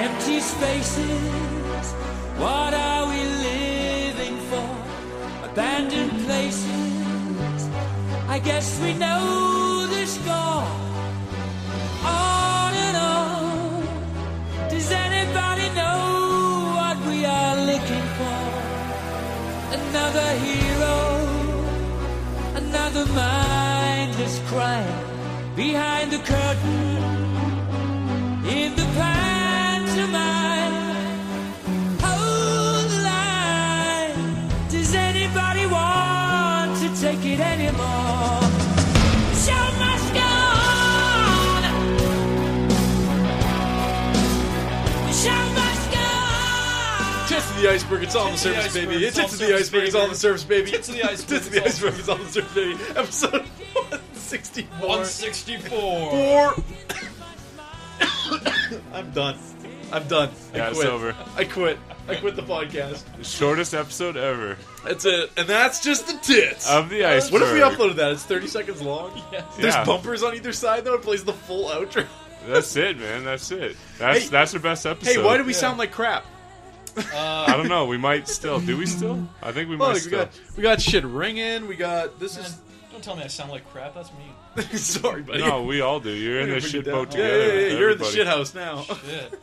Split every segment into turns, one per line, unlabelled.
empty spaces. What are we living for? Abandoned places. I guess we know the score. On and on. Does anybody know what we are looking for? Another hero. Another mindless crime. Behind the curtain. In the pantomime, hold the line. Does anybody want to take it anymore? The show must go on. The show must go on.
Tits to the iceberg, it's all on the
Tits to the
surface, baby.
iceberg,
It's tits to the iceberg, it's all on the surface, baby.
Tits to the iceberg,
Tits to the
it's all-
iceberg, it's all on the surface, baby. Episode 164.
164.
Four. I'm done. I'm done.
Yeah,
I
it's
quit.
over.
I quit. I quit the podcast.
Shortest episode ever
That's it. And that's just the tits.
of the iceberg.
what if we uploaded that? It's 30 seconds long. There's
Yeah.
bumpers on either side, though. It plays the full outro.
That's it, man. That's it. That's
Hey.
that's our best episode.
Hey, why do we
yeah.
sound like crap? Uh,
I don't know. We might still. Do we still? I think we might
Look, we
still.
got we got shit ringing. We got this
Man, don't tell me I sound like crap. That's me.
is sorry, buddy.
No, we all do. You're in the
Bring it
shit
down.
boat
Yeah,
together.
yeah, yeah,
with
You're in the
everybody.
shit house now.
Shit.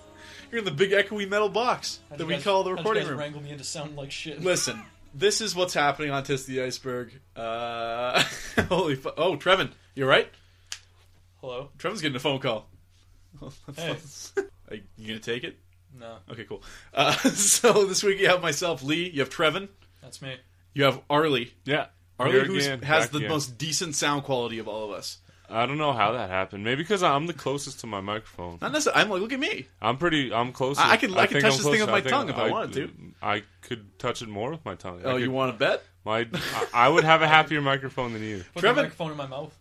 You're in the big echoey metal box
How'd
that
you
we
guys-
call the
how'd you
recording
guys
room.
Wrangle me into sounding like shit.
Listen, this is what's happening on Tis the Iceberg. Uh, holy fu- Oh, Trevin, you right?
Hello.
Trevin's getting a phone call.
Hey.
Are you gonna take it?
No,
Okay, cool. Uh, so this week you have myself, Lee. You have Trevin.
that's me.
You have Arlie.
Yeah.
Arlie,
Here
who
again,
has
back
the
again.
most decent sound quality of all of us.
I don't know how that happened. Maybe because I'm the closest to my microphone.
Not necessarily. I'm like, look at me.
I'm pretty. I'm close.
I- I could- I could touch this thing with my tongue if I wanted
want
to.
I could touch it more with my tongue. I
Oh,
could-
you want to bet?
My, I I would have a happier microphone than you.
Put
Trevin-
the microphone in my mouth.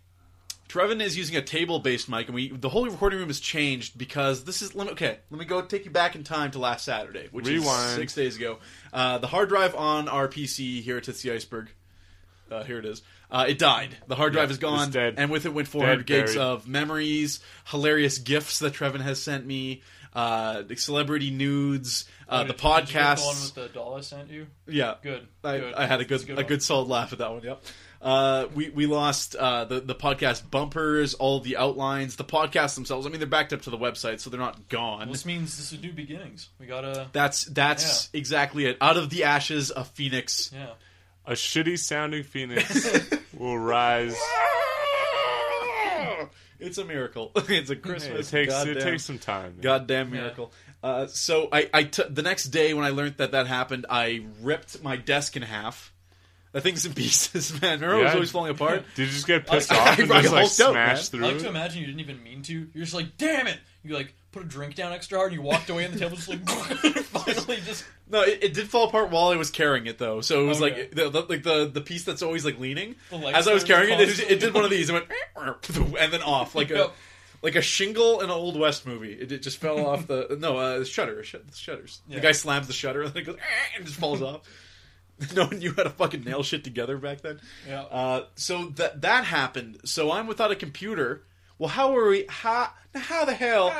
Trevin is using a table-based mic, and we the whole recording room has changed because this is. Let me, okay, let me go take you back in time to last Saturday, which is
Rewind.
six days ago. Uh, the hard drive on our PC here at Tits the Iceberg. Uh, here it is. Uh, it died. The hard drive
Yeah,
is gone,
it's dead.
and with it went 400
Dead,
gigs
buried.
of memories, hilarious gifs that Trevin has sent me, uh, the celebrity nudes, uh,
Did-
the
did you get The one
podcasts.
with the doll I sent you.
yeah,
Good.
I,
good.
I had a
That's
good, a good solid laugh at that one. Yep. Uh, we we lost uh, the the podcast bumpers, all the outlines, the podcasts themselves. I mean, they're backed up to the website, so they're not
Well,
gone.
this means this is new beginnings. We gotta.
That's that's exactly it. Out of the ashes, a phoenix.
Yeah.
A shitty sounding phoenix will rise.
It's a miracle. It's a
It
Christmas.
takes it
goddamn-
takes some time. man.
Goddamn miracle. Uh, so I, I t- the next day when I learned that that happened, I ripped my desk in half. That thing's in pieces, man. Remember, it was
Yeah.
always falling apart.
Did you just get pissed
I-
off
I-
and
I
just like
hulked out,
smash
I
through?
like to
it?
imagine you didn't even mean to. You're just like, damn it! You like put a drink down extra hard, and you walked away, and the table just like finally just.
No, it, it did fall apart while I was carrying it though. So it was
Okay.
like the, the like the the piece that's always like leaning.
The legs
As I was
are
carrying it, it,
constantly-
it did one of these and went and then off like a
Yep.
like a shingle in an old west movie. It, it just fell off the no uh, the shutter sh- the shutters.
Yeah.
The guy slams the shutter and then it goes and just falls off. No one knew how to fucking nail shit together back then.
Yeah.
Uh, so that that happened. So I'm without a computer. Well, how are we? How how the hell?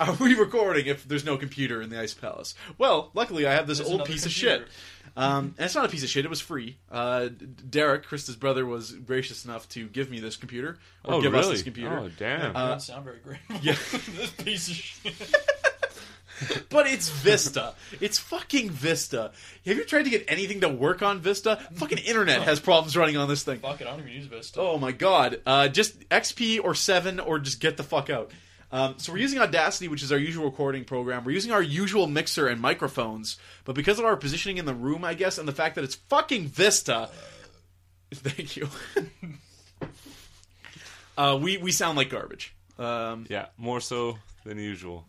Are we recording if there's no computer in the Ice Palace? Well, luckily I have this
There's
old
another
piece of
computer.
shit. Um, and it's not a piece of shit. It was free. Uh, D- Derek, Krista's brother, was gracious enough to give me this computer or
Oh,
give us
really?
this computer.
Oh, damn.
doesn't sound very great.
yeah.
this piece of shit.
But it's Vista. it's fucking Vista. Have you tried to get anything to work on Vista? Fucking internet has problems running on this thing.
Fuck it, I don't even use Vista.
Oh my god. Uh, just XP or 7 or just get the fuck out. Um, so we're using Audacity, which is our usual recording program. We're using our usual mixer and microphones, but because of our positioning in the room, I guess, and the fact that it's fucking Vista. Thank you. uh, we we sound like garbage. Um,
Yeah, more so than usual.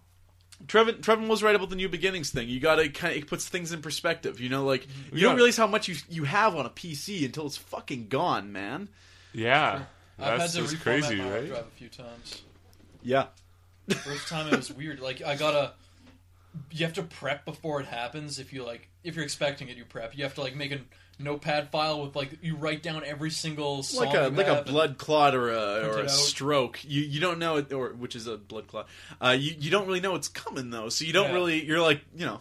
Trevin Trevin was right about the new beginnings thing. You gotta kind of it puts things in perspective. You know, like you
Yeah.
don't realize how much you you have on a PC until it's fucking gone, man.
Yeah,
I've
that's
had to
just
reformat
crazy,
my hard
right?
drive a few times.
Yeah.
First time it was weird. Like I got a, you have to prep before it happens. If you like, if you're expecting it, you prep. You have to like make a notepad file with like you write down every single song.
like a
you
like a
have and-
blood clot or a or
it
a
out.
stroke. You you don't know it, or which is a blood clot. Uh, you you don't really know it's coming though, so you don't
Yeah.
really. You're like you know.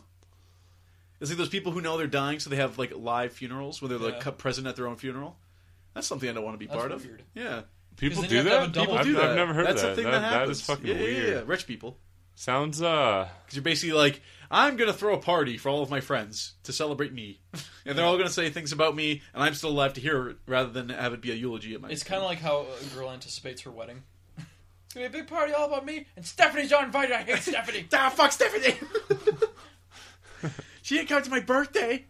It's like those people who know they're dying, so they have like live funerals where they're like
Yeah.
cu- present at their own funeral. That's something I don't want to be
That's
part
weird.
of. Yeah,
People
then you have
do
to have
that.
a double-
I've,
do that.
I've never heard
That's
that.
a thing that,
that, that
happens.
is fucking
Yeah, yeah,
weird.
yeah, rich people.
Sounds uh,
Because you're basically like, I'm gonna throw a party for all of my friends to celebrate me, and they're all gonna say things about me, and I'm still alive to hear it, rather than have it be a eulogy at my.
It's kind of like how a girl anticipates her wedding. It's gonna be a big party all about me, and Stephanie's not invited. I hate Stephanie.
ah, fuck Stephanie. she didn't come to my birthday,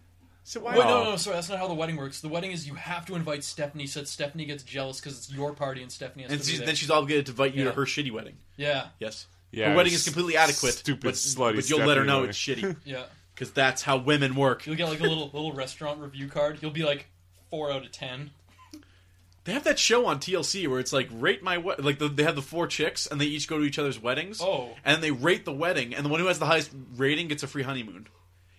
so why?
Wait, no,
Wow.
no, no, sorry. That's not how the wedding works. The wedding is you have to invite Stephanie. So that Stephanie gets jealous because it's your party and Stephanie has
And
to be
she's,
there.
then she's obligated to invite you
Yeah.
to her shitty wedding.
yeah,
Yes,
yeah.
her wedding
it's
is completely adequate.
Stupid,
but,
slutty.
but you'll let her
Stephanie
know
wedding.
it's shitty
yeah.
because that's how women work.
You'll get like a little little restaurant review card. You'll be like four out of ten.
They have that show on TLC where it's like rate my we-, like the, they have the four chicks and they each go to each other's weddings.
Oh.
and they rate the wedding, and the one who has the highest rating gets a free honeymoon.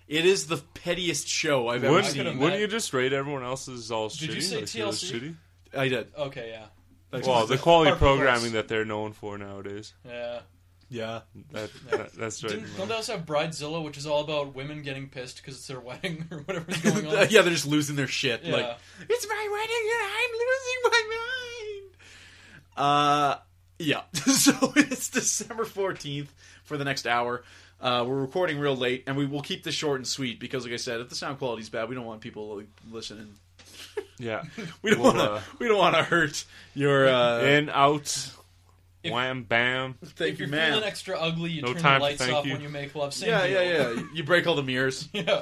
It is the pettiest show I've ever
I could
seen.
imagine.
Wouldn't, wouldn't you just rate everyone else's all shitty?
Did you say
like, they're all
TLC?
shitty?
I did.
Okay, yeah,
That's
Well,
what I
the
said.
quality
Par for course.
programming that they're known for nowadays.
yeah.
yeah,
That, that, that's right.
Didn't, don't they also have Bridezilla, which is all about women getting pissed because it's their wedding or whatever's going on?
yeah, they're just losing their shit.
Yeah.
Like it's my wedding, and I'm losing my mind. Uh, yeah. so it's December fourteenth for the next hour. Uh, we're recording real late, and we will keep this short and sweet because, like I said, if the sound quality's bad, we don't want people like, listening.
Yeah.
We don't
Well,
want to.
uh,
we don't want to hurt your. Uh,
In, out,
If-
wham, bam.
thank
if
you,
you're
man.
feeling extra ugly, you
No
turn
time
the
for
lights
thank
off
you.
when you make love. Same
yeah,
deal.
yeah, yeah. You break all the mirrors.
yeah.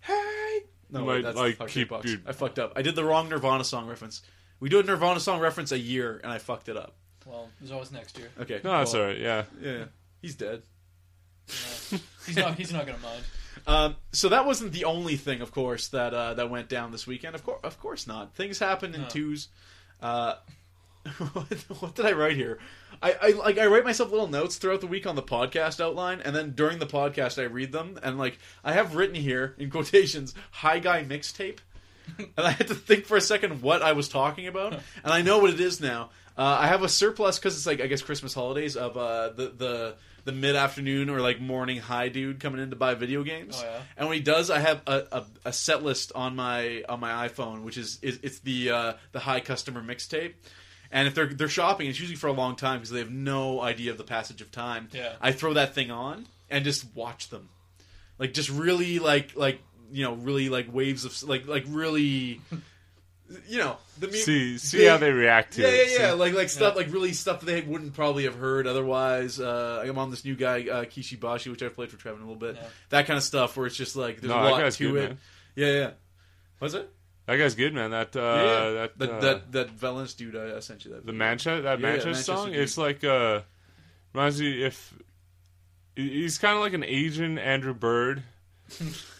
hey. No, wait,
You might,
that's
like,
fucked up
keep
box.
your-
I fucked up. I did the wrong Nirvana song reference. We do a Nirvana song reference a year, and I fucked it up.
Well, there's always next year.
Okay.
No, that's
well,
all right. Yeah.
Yeah, he's dead.
Yeah. He's not. He's not gonna mind.
Um, so that wasn't the only thing, of course, that uh, that went down this weekend. Of course, of course not. Things happened in
No.
twos. Uh, what, what did I write here? I, I like I write myself little notes throughout the week on the podcast outline, and then during the podcast I read them, and like I have written here in quotations "high guy mixtape," and I had to think for a second what I was talking about, and I know what it is now. Uh, I have a surplus because it's like I guess Christmas holidays of uh, the the the mid afternoon or like morning high dude coming in to buy video games,
Oh, yeah.
and when he does, I have a, a, a set list on my on my iPhone, which is, is it's the uh, the high customer mixtape. And if they're they're shopping, it's usually for a long time because they have no idea of the passage of time.
Yeah.
I throw that thing on and just watch them, like just really like like you know really like waves of like like really, you know the mu-
See, see
big-
how they react to
yeah,
it.
yeah, yeah. Like like stuff
Yeah.
like really stuff that they wouldn't probably have heard otherwise. Uh, I'm on this new guy uh, Kishibashi, which I've played for Trevin a little bit.
Yeah.
That kind of stuff where it's just like there's
No,
a
that
lot
guy's
to
good,
it.
man.
Yeah, yeah. Was it?
That guy's good, man. That uh,
Yeah, yeah.
that,
that,
uh,
that that Valence dude I, I sent you that.
the
video.
Manchester that
Yeah, yeah,
Manchester,
Manchester
song.
dude.
It's like uh, reminds me if he- he's kind of like an Asian Andrew Bird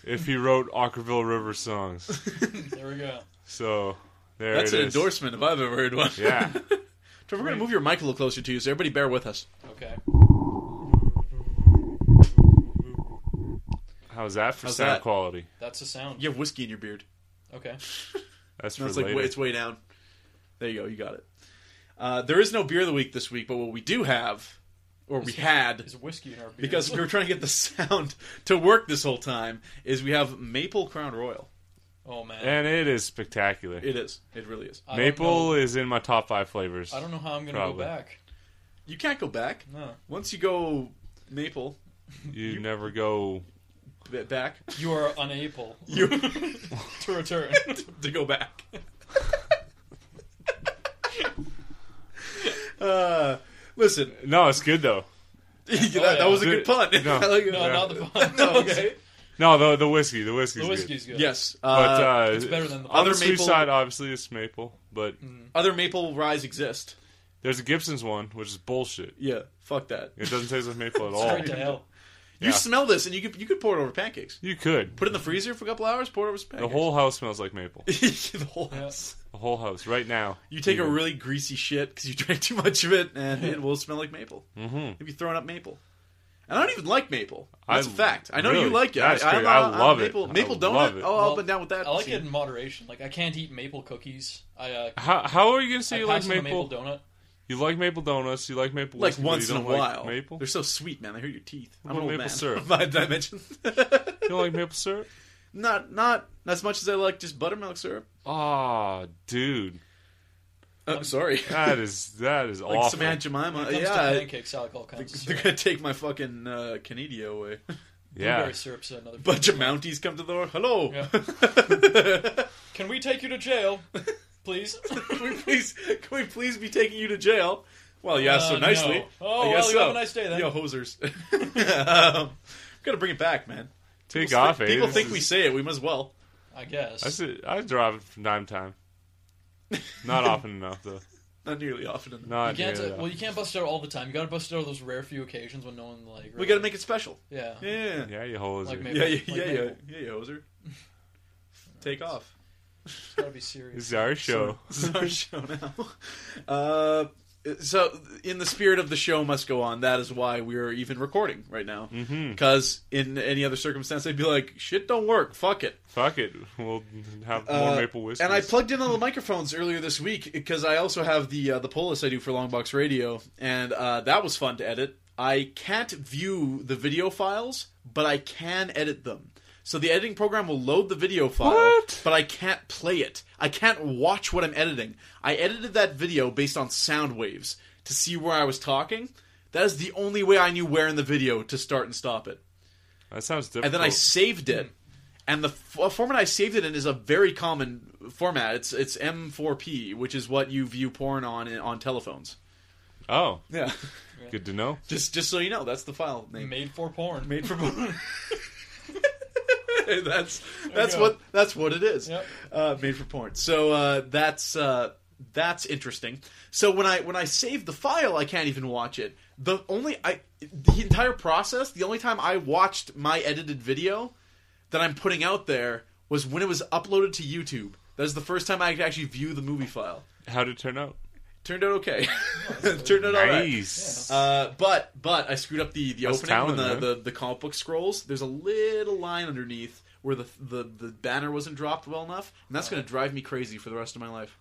if he wrote Ockerville River songs.
There we go.
So there
That's
it
an
is.
endorsement if I've ever heard one.
Yeah,
Trevor, we're gonna move your mic a little closer to you, so everybody bear with us.
Okay.
how's that for
How's
sound
that?
quality?
That's a sound.
You have whiskey in your beard.
Okay.
That's
No,
for
it's like
later.
way, it's way down. There you go. You got it. Uh, there is no beer of the week this week, but what we do have, or we had,
There's whiskey in our beer.
because we were trying to get the sound to work this whole time is we have maple crown royal
oh man.
and it is spectacular.
it is it really is
I don't
Maple
know-
is in my top five flavors.
I don't know how I'm gonna
Probably.
go back.
you can't go back
No.
once you go maple
You never go.
b- back
You are unable
you
to return.
to go back uh, listen
No, it's good though.
that,
yeah.
that was a
Did-
good pun
no.
I like it.
No, not the fun.
No, okay.
No, the the whiskey, the
The
whiskey's good.
whiskey's good.
yes
But
uh,
uh,
It's better than the Mm.
on
other
the sweet
maple-
side, obviously, it's maple. But
other maple ryes exist
There's a Gibson's one, which is bullshit.
yeah fuck that
It doesn't taste like maple at all.
Straight to hell.
you
Yeah.
smell this and you could you could pour it over pancakes
You could.
put it in the freezer for a couple hours pour it over some
The
pancakes
whole house smells like maple.
the whole
Yeah.
house
The whole house, right now.
You take a
Even.
really
Mm-hmm.
greasy shit because you drank too much of it, and it will smell like maple. Mm-hmm. You'll be throwing up maple. And And I don't even like maple. That's a
I-
fact. I know you
really?
like it.
That's
I, I'm
great.
a-
I
I'm
love it.
maple.
I
Maple donut.
love it.
Oh,
Well,
up and down with that.
I like
See?
it in moderation. Like I can't eat maple cookies. I uh,
How, how are you gonna say
I
you like
pass on a
maple?
maple donut.
You like maple donuts. You like maple.
like
whiskey, but
once
you
in a
don't like
while.
maple.
They're so sweet, man. They hurt your teeth. I'm
What
an old
about maple
man.
syrup?
Did I mention?
You don't like maple syrup?
not not as much as I like just buttermilk syrup.
Ah, dude,
Uh, sorry.
that is that is
like
awful.
some Aunt Jemima.
When it comes to
Uh, Yeah,
pancakes, I like all kinds of
they're
syrup.
gonna take my fucking uh, Canada away.
yeah,
Blueberry syrup's another.
Bunch of Mounties come to the door. Hello.
Yeah. Can we take you to jail, please?
can we please can we please be taking you to jail? Well, you asked so
Uh,
nicely.
no. Oh,
I guess
well, you
so.
have a nice day then.
Yo, hosers. um, gotta bring it back, man.
take
People
off.
think-
eh?
people
This
think we
is-
say it. We must well.
I guess.
I said I drive it from time to time. Not often enough though.
Not nearly often enough.
Not
You can't.
nearly
uh,
enough.
well, you can't bust it out all the time. You got to bust it out on those rare few occasions when no one like.
We
really-
gotta make it special.
Yeah.
Yeah.
yeah, you hoes.
Like
are-
maple.
Yeah, yeah, yeah,
Like
yeah, yeah,
maple.
yeah, hoser. Take off.
It's got to be serious.
This is our show.
This is our show now. Uh, so, in the spirit of the show must go on, that is why we are even recording right now.
hmm
Because in any other circumstance, they'd be like, shit don't work, fuck it.
Fuck it. We'll have more
Uh,
maple whiskey.
And I plugged in all the microphones earlier this week because I also have the uh, the Polis I do for Longbox Radio, and uh, that was fun to edit. I can't view the video files, but I can edit them. So the editing program will load the video file,
What?
but I can't play it. I can't watch what I'm editing. I edited that video based on sound waves to see where I was talking. That is the only way I knew where in the video to start and stop it
that sounds
and
difficult.
then I saved it. And the f- format I saved it in is a very common format. It's it's M4P, which is what you view porn on on telephones.
oh,
Yeah,
good to know.
just just so you know, that's the file name.
Made for porn.
Made for porn. that's that's
go.
what that's what it is.
Yep.
Uh, made for porn. So uh, that's uh, that's interesting. So when I when I save the file, I can't even watch it. The only I the entire process, the only time I watched my edited video that I'm putting out there was when it was uploaded to YouTube. That is the first time I could actually view the movie file.
How'd it turn out?
Turned out okay. Turned out all right.
Nice.
Uh, but but I screwed up the the
That's
opening
talent,
when
man.
the, the the comic book scrolls. There's a little line underneath where the the, the banner wasn't dropped well enough, and that's going to drive me crazy for the rest of my life.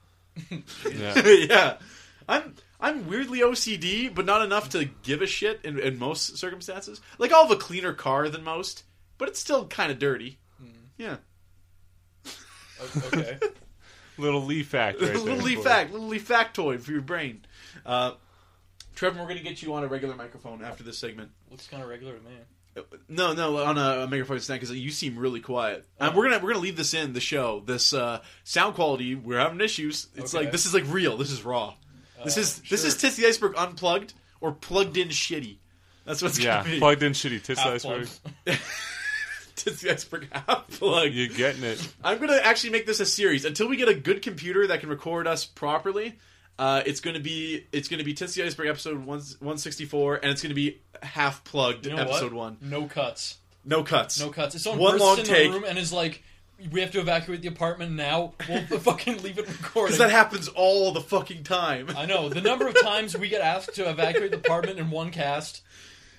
Yeah.
yeah, I'm I'm weirdly OCD, but not enough to give a shit in, in most circumstances. Like I'll have a cleaner car than most, but it's still kind of dirty. Yeah,
O- Okay.
Little Lee fact right
little
there.
leaf fact, little leaf factoid for your brain. Uh, Trevor, we're going to get you on a regular microphone after this segment.
Looks kind of regular to me.
No, no, on a, a megaphone stand because you seem really quiet. And we're gonna we're gonna leave this in the show. This uh, sound quality, we're having issues. It's
Okay.
like this is like real. This is raw. This
Uh,
is this is
sure.
Tits the Iceberg unplugged or plugged in shitty. That's what's
Yeah,
gonna be.
plugged in shitty tits
Half
iceberg.
plug.
Tits the Iceberg half plugged.
You're getting it.
I'm gonna actually make this a series until we get a good computer that can record us properly. Uh, it's gonna be it's gonna be Tits the Iceberg episode one one sixty four, and it's gonna be half plugged
You know
episode
what?
one.
No cuts.
No cuts.
No cuts. If someone
One
bursts
long
in
take.
the room and is like, "We have to evacuate the apartment now," we'll fucking leave it recorded.
Because that happens all the fucking time.
I know the number of times we get asked to evacuate the apartment in one cast.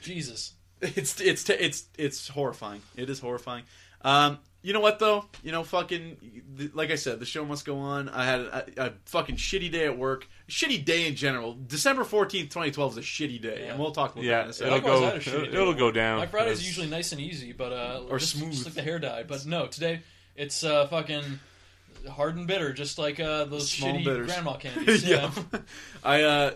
Jesus.
It's it's it's it's horrifying. It is horrifying. Um, you know what though? You know, fucking th- like I said, the show must go on. I had a, a fucking shitty day at work. Shitty day in general. December fourtth, twenty twelve, is a shitty day,
Yeah.
and we'll talk about that in
Yeah,
a
it'll
second.
Likewise, I
go.
had a shitty
It'll,
day.
it'll go down.
My Friday's
That's-
usually nice and easy, but uh,
Or
just,
smooth.
just like the hair dye. But no, today it's uh, fucking hard and bitter, just like uh, those
Small
shitty
bitters.
grandma candies.
yeah.
Yeah.
I uh.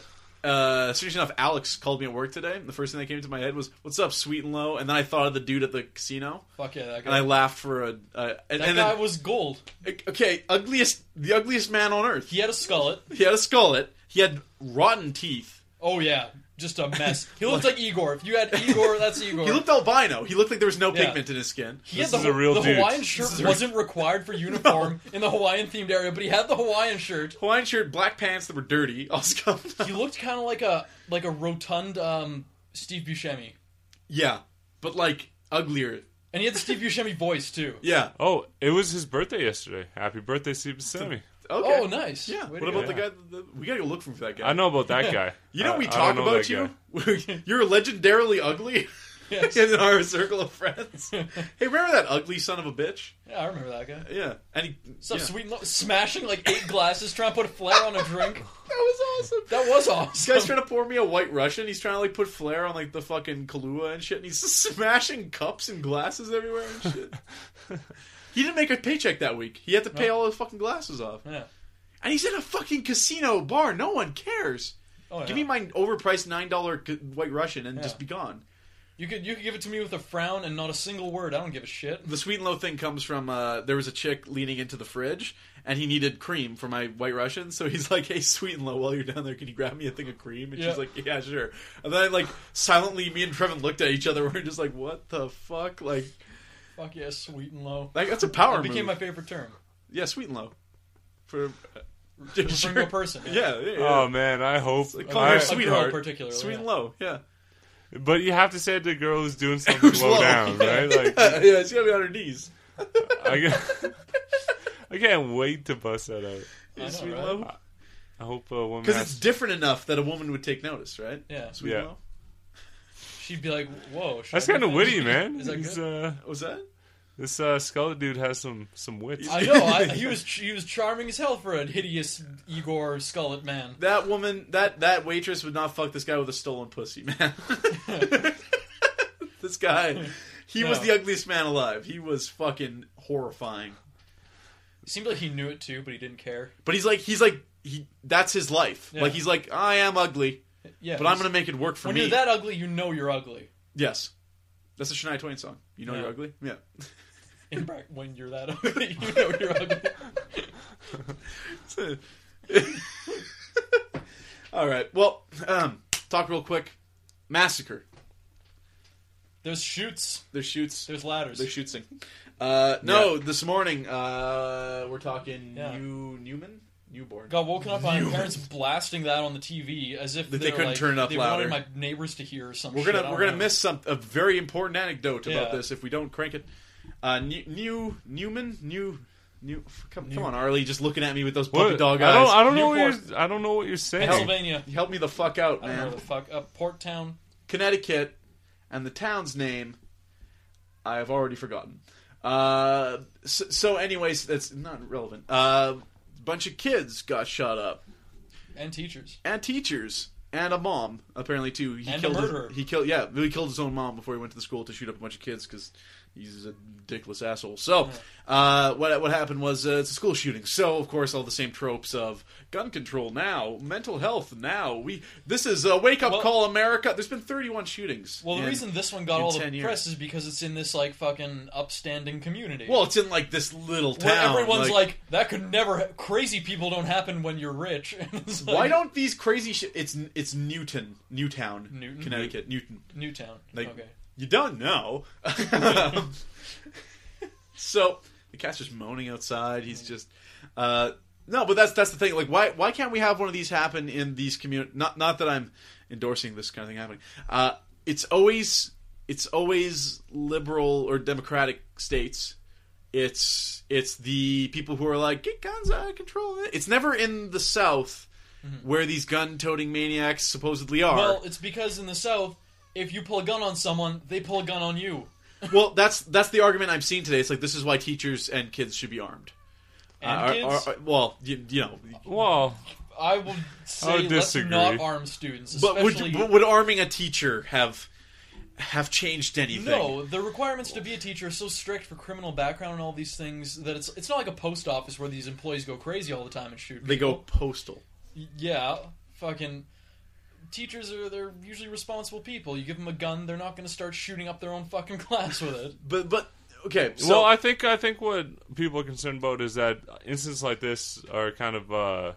Uh, seriously enough, Alex called me at work today. And the first thing that came to my head was, "What's up, sweet and low?" And then I thought of the dude at the casino,
fuck yeah, that
and I
guy.
laughed for a. Uh, and, and
that guy
then,
was gold.
okay, ugliest, the ugliest man on earth.
He had a skullet.
He had a skullet. He had rotten teeth.
Oh yeah, just a mess. He looked like Igor. If you had Igor, that's Igor.
He looked albino. He looked like there was no
Yeah.
pigment in his skin.
He had
This is
the,
a real
the
dude.
Hawaiian
This is
shirt
a-
wasn't required for uniform in the Hawaiian themed area, but he had the Hawaiian shirt.
Hawaiian shirt, black pants that were dirty, all scuffed. up.
He looked kind of like a like a rotund um, Steve Buscemi,
yeah, but like uglier.
and he had the Steve Buscemi voice too.
Yeah.
Oh, it was his birthday yesterday. Happy birthday, Steve Buscemi.
Okay.
Oh, nice.
Yeah.
Way
what
to go.
about the guy? The, we gotta go look for that guy.
I know about that guy.
You know
I-
we
I
talk
don't know
about
that guy.
you. You're legendarily ugly.
Yes.
in our circle of friends. hey, remember that ugly son of a bitch?
Yeah, I remember that guy.
Yeah, and he
Some
yeah.
sweet and low, smashing like eight glasses, trying to put a flare on a drink.
That was awesome.
That was
This
awesome.
guy's trying to pour me a white Russian. He's trying to like put flair on like the fucking Kahlua and shit, and he's smashing cups and glasses everywhere and shit. he didn't make a paycheck that week. He had to pay
No.
all his fucking glasses off,
yeah.
and he's in a fucking casino bar. No one cares.
Oh, yeah.
Give me my overpriced nine dollar white Russian and
Yeah.
just be gone.
you could you could give it to me with a frown and not a single word. I don't give a shit.
The sweet and low thing comes from uh, there was a chick leaning into the fridge, and he needed cream for my white Russian. So he's like, "Hey, sweet and low, while you're down there, can you grab me a thing of cream?" And
Yeah.
she's like, "Yeah, sure." And then like silently, me and Trevin looked at each other. We're just like, "What the fuck?" Like,
Fuck yeah, sweet and low.
like that's a power
It became Uh,
move.
my favorite term.
yeah, sweet and low. For
For
Sure.
a person.
yeah, yeah, yeah.
Oh man, I hope.
Like, call her
I,
A
sweet.
girl
sweetheart.
particularly.
sweet
yeah.
and low. Yeah,
but you have to say it to a girl who's doing something
Who's
low,
low.
down, right? Like
yeah, she's gotta be on her knees.
I, can't- I can't wait to bust that out.
I know,
sweet
right?
and
Uh,
low.
I hope uh, a woman.
Because
Has,
it's different enough that a woman would take notice, right?
Yeah.
Sweet
Yeah.
and low.
She'd be like, "Whoa." should
that's
I
kind of
do
witty,
that?"
man.
Is that
He's,
good?
uh,
Was Oh, that?
this uh, skeleton dude has some some
uh,
wits.
I know. I, he was he was charming as hell for a hideous Igor Skullet man.
That woman, that that waitress would not fuck this guy with a stolen pussy, man. this guy, he was
No.
the ugliest man alive. He was fucking horrifying.
It seemed like he knew it too, but he didn't care.
But he's like, he's like, he. That's his life.
Yeah.
Like he's like, I am ugly,
Yeah,
but I'm
he's-
gonna make it work for
When
me.
you're that ugly, you know you're ugly.
yes, that's a Shania Twain song. You know
Yeah.
you're ugly. Yeah.
In fact, when you're that ugly, you know you're ugly.
All right. Well, um, talk real quick. Massacre.
There's shoots.
There's shoots.
There's ladders.
There's shoots. Uh, no, this morning uh, we're talking
Yeah.
new Newman, newborn.
Got woken up by my
You-
parents blasting that on the TV as if
That they
they're,
couldn't
like,
turn it up
they
louder.
wanted my neighbors to hear or some.
We're
shit,
gonna
I
we're
don't
gonna
know.
miss some a very important anecdote about
Yeah.
this if we don't crank it. Uh, new, new Newman, new new. Come,
New-
come on, Arlie, just looking at me with those puppy
What?
dog
I don't.
eyes.
I don't know. What
Newport.
you're, I don't know what you're saying.
Pennsylvania.
Help me the fuck out,
I don't know
man.
where the fuck up Port Town.
Connecticut, and the town's name I have already forgotten. Uh, so, so, anyways, that's not relevant. Uh, bunch of kids got shot up.
And teachers.
and teachers and a mom apparently too. He
And a
killed his-
murderer.
he killed yeah he killed his own mom before he went to the school to shoot up a bunch of kids because he's a ridiculous asshole. So uh, what what happened was uh, it's a school shooting. So of course all the same tropes of gun control now, mental health now. We this is a wake up
Well-
call America. There's been 31 shootings.
Well, the
in-
reason this one got
in
all the
10 years.
press is because it's in this like fucking upstanding community.
well it's in like this little town.
where everyone's like, that could never. Ha- crazy people don't happen when you're rich. And it's like,
why don't these crazy shit? It's it's Newton, Newtown,
Newton?
Connecticut, Newton.
Newtown?
Like-
okay,
You don't know. so the cat's just moaning outside. He's just uh, no, but that's that's the thing. Like, why why can't we have one of these happen in these community? Not not that I'm endorsing this kind of thing happening. Uh, it's always it's always liberal or democratic states. It's it's the people who are like get guns out of control. It's never in the South where these gun-toting maniacs supposedly are.
Well, it's because in the South, if you pull a gun on someone, they pull a gun on you.
Well, that's that's the argument I'm seeing today. It's like this is why teachers and kids should be armed.
And
Uh, are-
kids,
are- are- well, you, you know,
Well,
I would say
would
let's
disagree.
not arm students.
but would
especially-
but would arming a teacher have have changed anything?
no, the requirements to be a teacher are so strict for criminal background and all these things that it's it's not like a post office where these employees go crazy all the time and shoot.
they go
people.
postal.
Yeah, fucking teachers are they're usually responsible people. You give them a gun, they're not going to start shooting up their own fucking class with it.
But but okay, so
well, I think I think what people are concerned about is that incidents like this are kind of uh,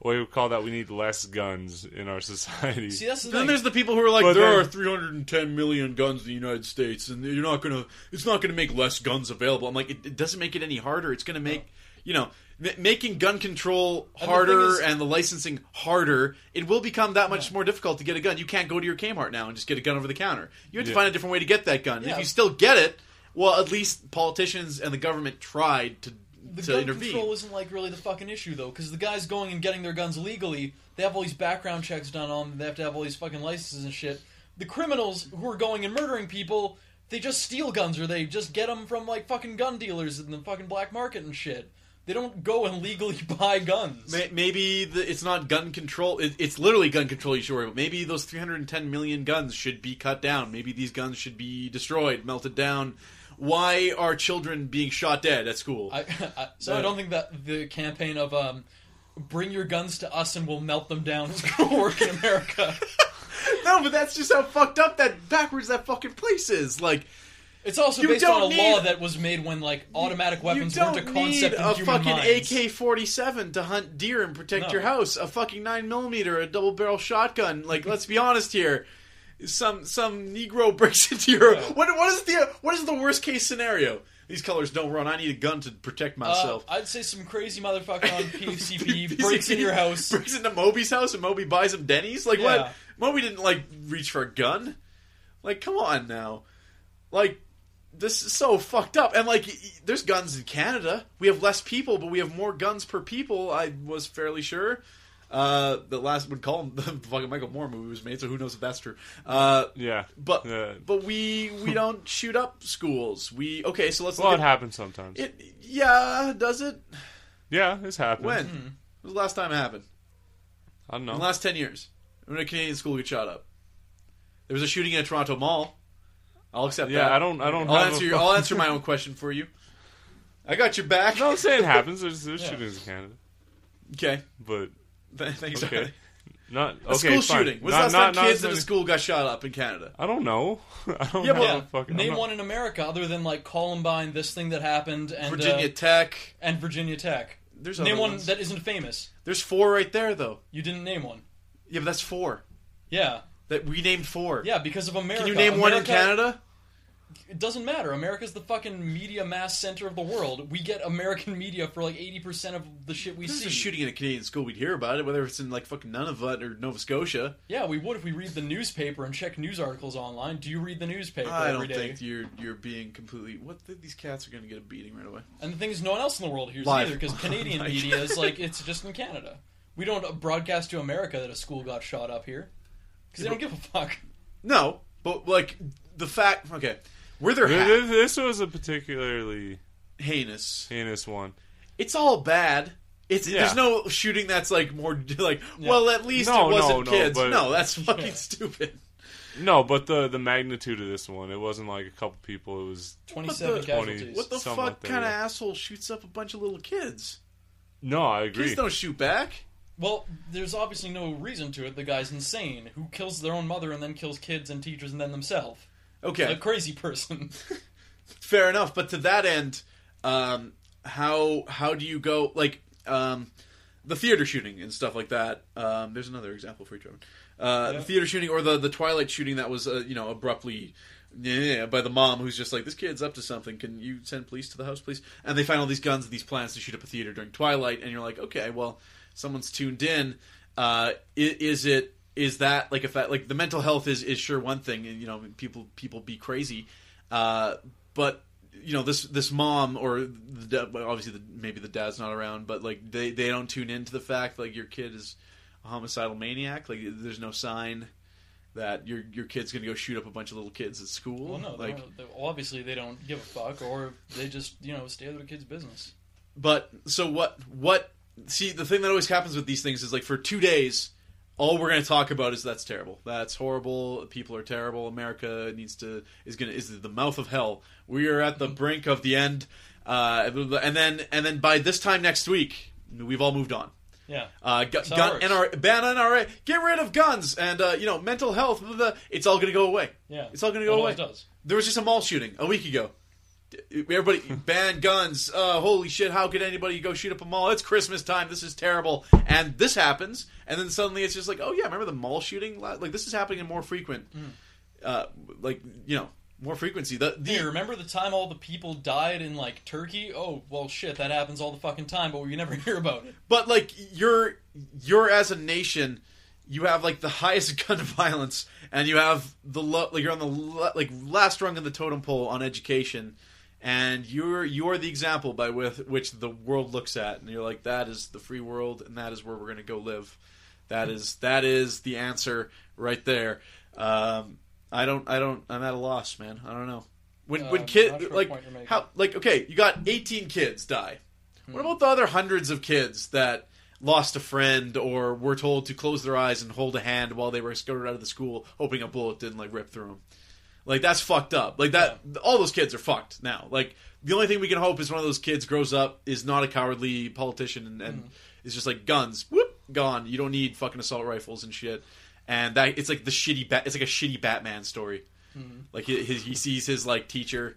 what you would call that. We need less guns in our society.
See, that's the
then
thing.
there's the people who are like,
But
there
then-
are 310 million guns in the United States, and you're not gonna, it's not gonna make less guns available. I'm like, it, it doesn't make it any harder. It's gonna make, you know, m- making gun control
thing
harder
is-
and the licensing harder. It will become that much more difficult to get a gun. You can't go to your Kmart now and just get a gun over the counter. You have to
Yeah.
find a different way to get that gun.
Yeah.
If you still get it, well, at least politicians and the government tried to
the
to
gun
intervene.
control isn't like really the fucking issue though, because the guys going and getting their guns legally, they have all these background checks done on them. They have to have all these fucking licenses and shit. the criminals who are going and murdering people, they just steal guns or they just get them from like fucking gun dealers in the fucking black market and shit. They don't go and legally buy guns.
May- Maybe the, it's not gun control. It, it's literally gun control you should worry about. Maybe those 310 million guns should be cut down. Maybe these guns should be destroyed, melted down. Why are children being shot dead at school?
I, I, so I don't think that the campaign of um, bring your guns to us and we'll melt them down is going to work in America.
no, but that's just how fucked up that backwards that fucking place is. Like,
It's also
You
based on a
don't
law
need-
that was made when like automatic
you
weapons weren't
don't
a
need
concept
a
in human
fucking
minds.
AK-47 to hunt deer and protect
No.
your house. A fucking nine millimeter, a double barrel shotgun. Like, let's be honest here. Some some Negro breaks into your
Yeah.
what? What is the what is the worst case scenario? These colors don't run. I need a gun to protect
Uh,
myself.
I'd say some crazy motherfucker on PCP
PCP
breaks in your house.
breaks into Moby's house, and Moby buys him Denny's. Like
Yeah.
what? Moby didn't like reach for a gun. Like, come on now. Like, this is so fucked up. And like, y- y- there's guns in Canada. We have less people, but we have more guns per people. I was fairly sure. Uh, the last would call him the fucking Michael Moore movie was made, so who knows if that's true. Uh,
Yeah,
but
Yeah.
but we we don't shoot up schools. We okay, so let's
well,
look
it
at
happens sometimes.
it. Yeah, does it?
yeah, it's happened.
When?
Mm-hmm.
When was the last time it happened?
I don't know.
In the last 10 years, when a Canadian school get shot up, there was a shooting in a Toronto mall. I'll accept
yeah,
that.
I don't. I don't.
uh, I'll
have a
answer, your,
fucking-
I'll answer my own question for you. I got your back.
No, I'm saying it happens. There's, there's
Yeah.
shootings in Canada,
Okay.
but
Th- Thanks,
okay,
Charlie.
not okay.
A school
fine.
shooting. Was
Not-
the last time
not- not
kids
as
in a
many-
school got shot up in Canada?
I don't know. I don't
Yeah,
know.
but-
Yeah.
Yeah.
Fucking,
Name
I'm not-
one in America other than like Columbine, this thing that happened, and
Virginia
uh,
Tech.
and Virginia Tech.
There's
name
other
one
ones.
that isn't famous.
There's four right there, though.
You didn't name one.
Yeah, but that's four.
Yeah,
That we named four.
yeah, because of America.
Can you name one in
America-
Canada?
It doesn't matter. America's the fucking media mass center of the world. We get American media for like eighty percent of the shit we
If this
see.
is a shooting in a Canadian school, we'd hear about it, whether it's in like fucking Nunavut or Nova Scotia.
Yeah, we would if we read the newspaper and check news articles online. Do you read the newspaper
I
every
don't
day?
think you're you're being completely. What the, these cats are going to get a beating right away.
And the thing is, no one else in the world hears
Live.
either because Canadian
Like-
media is like it's just in Canada. We don't broadcast to America that a school got shot up here because they don't give a fuck.
No, but like the fact. Okay, were there
Th-
ha-
th- This was a particularly
heinous?
heinous one.
It's all bad. It's
Yeah.
there's no shooting that's like more like.
Yeah.
Well, at least
No,
it
no,
wasn't
no,
kids.
but-
no, that's fucking
Yeah.
stupid.
No, but the the magnitude of this one, it wasn't like a couple people. It was
Twenty-seven
the-
casualties.
What the
Something
fuck
like that,
kind of
yeah.
asshole shoots up a bunch of little kids?
no, I agree.
Kids don't shoot back.
Well, there's obviously no reason to it. The guy's insane who kills their own mother and then kills kids and teachers and then themselves.
Okay,
A crazy person.
fair enough. But to that end, um, how how do you go like um, the theater shooting and stuff like that? Um, there's another example for you, Trevor. Uh,
Yeah.
The theater shooting or the the Twilight shooting that was uh, you know abruptly. Yeah, by the mom who's just like this kid's up to something. Can you send police to the house, please? And they find all these guns and these plans to shoot up a theater during Twilight, and you're like, okay, well, someone's tuned in. Uh, i- is it is that like if that like the mental health is is sure one thing, and you know people people be crazy, uh, but you know this this mom or the da- well, obviously the, maybe the dad's not around, but like they they don't tune into the fact like your kid is a homicidal maniac. Like there's no sign that your your kid's gonna go shoot up a bunch of little kids at school.
well, no,
like,
they don't- they- well, obviously they don't give a fuck, or they just you know stay out of the kid's business.
but so what? What? See, the thing that always happens with these things is like for two days, all we're gonna talk about is that's terrible, that's horrible, people are terrible, America needs to is gonna is the mouth of hell. We are at the brink of the end, uh, blah, blah, blah. and then and then by this time next week, we've all moved on.
Yeah.
Uh, gu-
That's how it
gun
works.
NRA, ban NRA, get rid of guns, and uh, you know mental health. Blah, blah, blah. It's all gonna go away.
Yeah.
It's all gonna go
It
away.
always does.
There was just a mall shooting a week ago. Everybody banned guns. Uh, holy shit! How could anybody go shoot up a mall? It's Christmas time. This is terrible. And this happens, and then suddenly it's just like, oh yeah, remember the mall shooting? La- Like this is happening in more frequent, uh, like you know, more frequency. The, the
Hey, remember the time all the people died in like Turkey? Oh, well, shit, that happens all the fucking time, but we never hear about it.
but like you're you're as a nation you have like the highest gun violence and you have the lo- like you're on the lo- like last rung of the totem pole on education and you're you're the example by with which the world looks at and you're like that is the free world and that is where we're going to go live that is that is the answer right there Um, I don't. I don't. I'm at a loss, man. I don't know. When
Um,
when
not
kid
sure what
like
point you're making. Hmm.
how like okay, you got 18 kids die. What about the other hundreds of kids that lost a friend or were told to close their eyes and hold a hand while they were escorted out of the school, hoping a bullet didn't like rip through them? Like that's fucked up. Like that. All those kids are fucked now. Like the only thing we can hope is one of those kids grows up is not a cowardly politician and, and is just like guns. Whoop, gone. You don't need fucking assault rifles and shit. And that it's like the shitty. Bat, it's like a shitty Batman story. Like he, he, he sees his like teacher,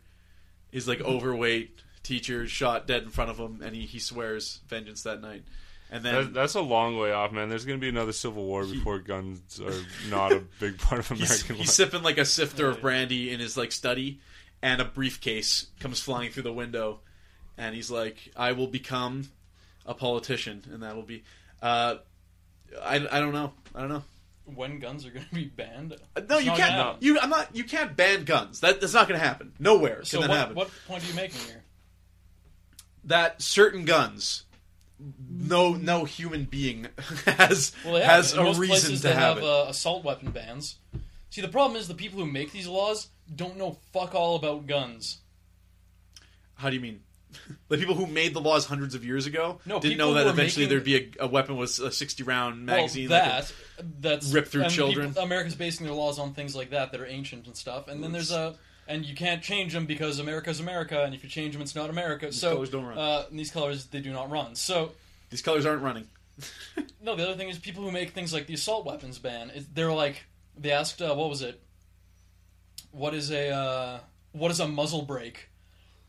his like overweight teacher shot dead in front of him, and he, he swears vengeance that night. And
That,
then
that's a long way off, man. There's gonna be another civil war before guns are not a big part of
he's,
American
he's
life.
sipping like a sifter of brandy in his like study, and a briefcase comes flying through the window, and he's like, "I will become a politician," and that'll be. Uh, I, I don't know. I don't know.
When guns are going to be banned?
Uh, No,
It's
you
not
can't.
gonna happen.
You, I'm not. You can't ban guns. That that's not going to happen. Nowhere can
So
that
what,
happen.
what point are you making here?
that certain guns no no human being has
Well, yeah,
has
in
a
most
reason
places
to
they
have,
have,
it.
uh, assault weapon bans. See, the problem is the people who make these laws don't know fuck all about guns.
How do you mean? The people who made the laws hundreds of years ago
No,
didn't
people
know that
who are
eventually
making-
there'd be a, a weapon with a sixty-round magazine.
well,
that
that that's
rip through
and
children.
people- America's basing their laws on things like that that are ancient and stuff. And then there's a and you can't change them because America's America, and if you change them, it's not America. so
colours don't run.
Uh, these colors they do not run. So
could- these colors aren't running.
No, the other thing is people who make things like the assault weapons ban. Is, they're like they asked, uh, what was it? What is a uh, what is a muzzle break?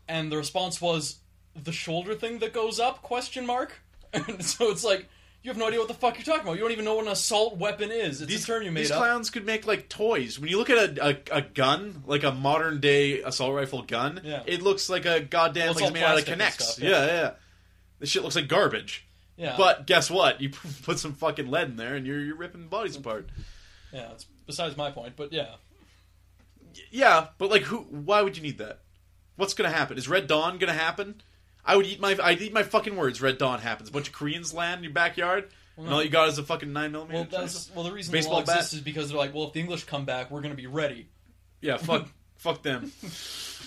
And the response was the shoulder thing that goes up? Question mark. And so it's like you have no idea what the fuck you're talking about. You don't even know what an assault weapon is. It's
These,
a term you made
these
up.
clowns could make like toys. When you look at a, a, a gun, like a modern day assault rifle gun,
Yeah.
it looks like a goddamn
Well, it's
like it's
all
made out of
plastic and
Kinex.
stuff,
yeah.
yeah.
yeah, yeah. This shit looks like garbage.
yeah,
But guess what? You put some fucking lead in there, and you're you're ripping bodies apart.
yeah, it's besides my point. But yeah,
Yeah, but like, who? Why would you need that? What's gonna happen? Is Red Dawn gonna happen? I would eat my I'd eat my fucking words. Red Dawn happens. A bunch of Koreans land in your backyard, and all you got is a fucking nine
well,
millimeter.
that's well the reason the
Baseball
law exists
bat.
is because they're like, well, if the English come back, we're going to be ready.
yeah, fuck, fuck them.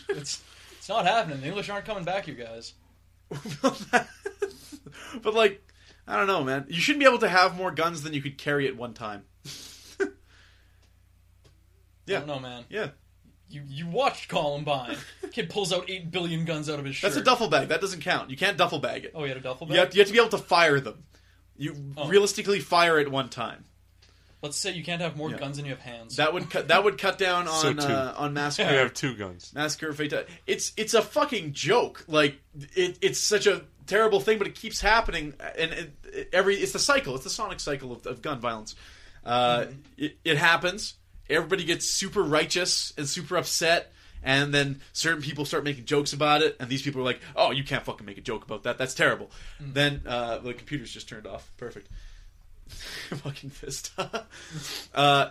It's it's not happening. The English aren't coming back, you guys.
but like, I don't know, man. You shouldn't be able to have more guns than you could carry at one time.
I
yeah,
don't know, man.
yeah.
You you watched Columbine. Kid pulls out eight billion guns out of his shirt.
That's a duffel bag. That doesn't count. You can't duffel bag it.
Oh, he had a duffel bag.
You have, you have to be able to fire them. You
Oh.
realistically fire at one time.
Let's say you can't have more
Yeah.
guns than you have hands.
That would cut. That would cut down on
two.
uh, on
We
massacre.
have two guns.
Massacre Fatale. It's it's a fucking joke. Like it, it's such a terrible thing, but it keeps happening. And it, it- every it's the cycle. It's the sonic cycle of, of gun violence. Uh, it, it happens. Everybody gets super righteous and super upset. And then certain people start making jokes about it, and these people are like, "Oh, you can't fucking make a joke about that. That's terrible." Then uh, the computer's just turned off. Perfect. fucking Vista. uh,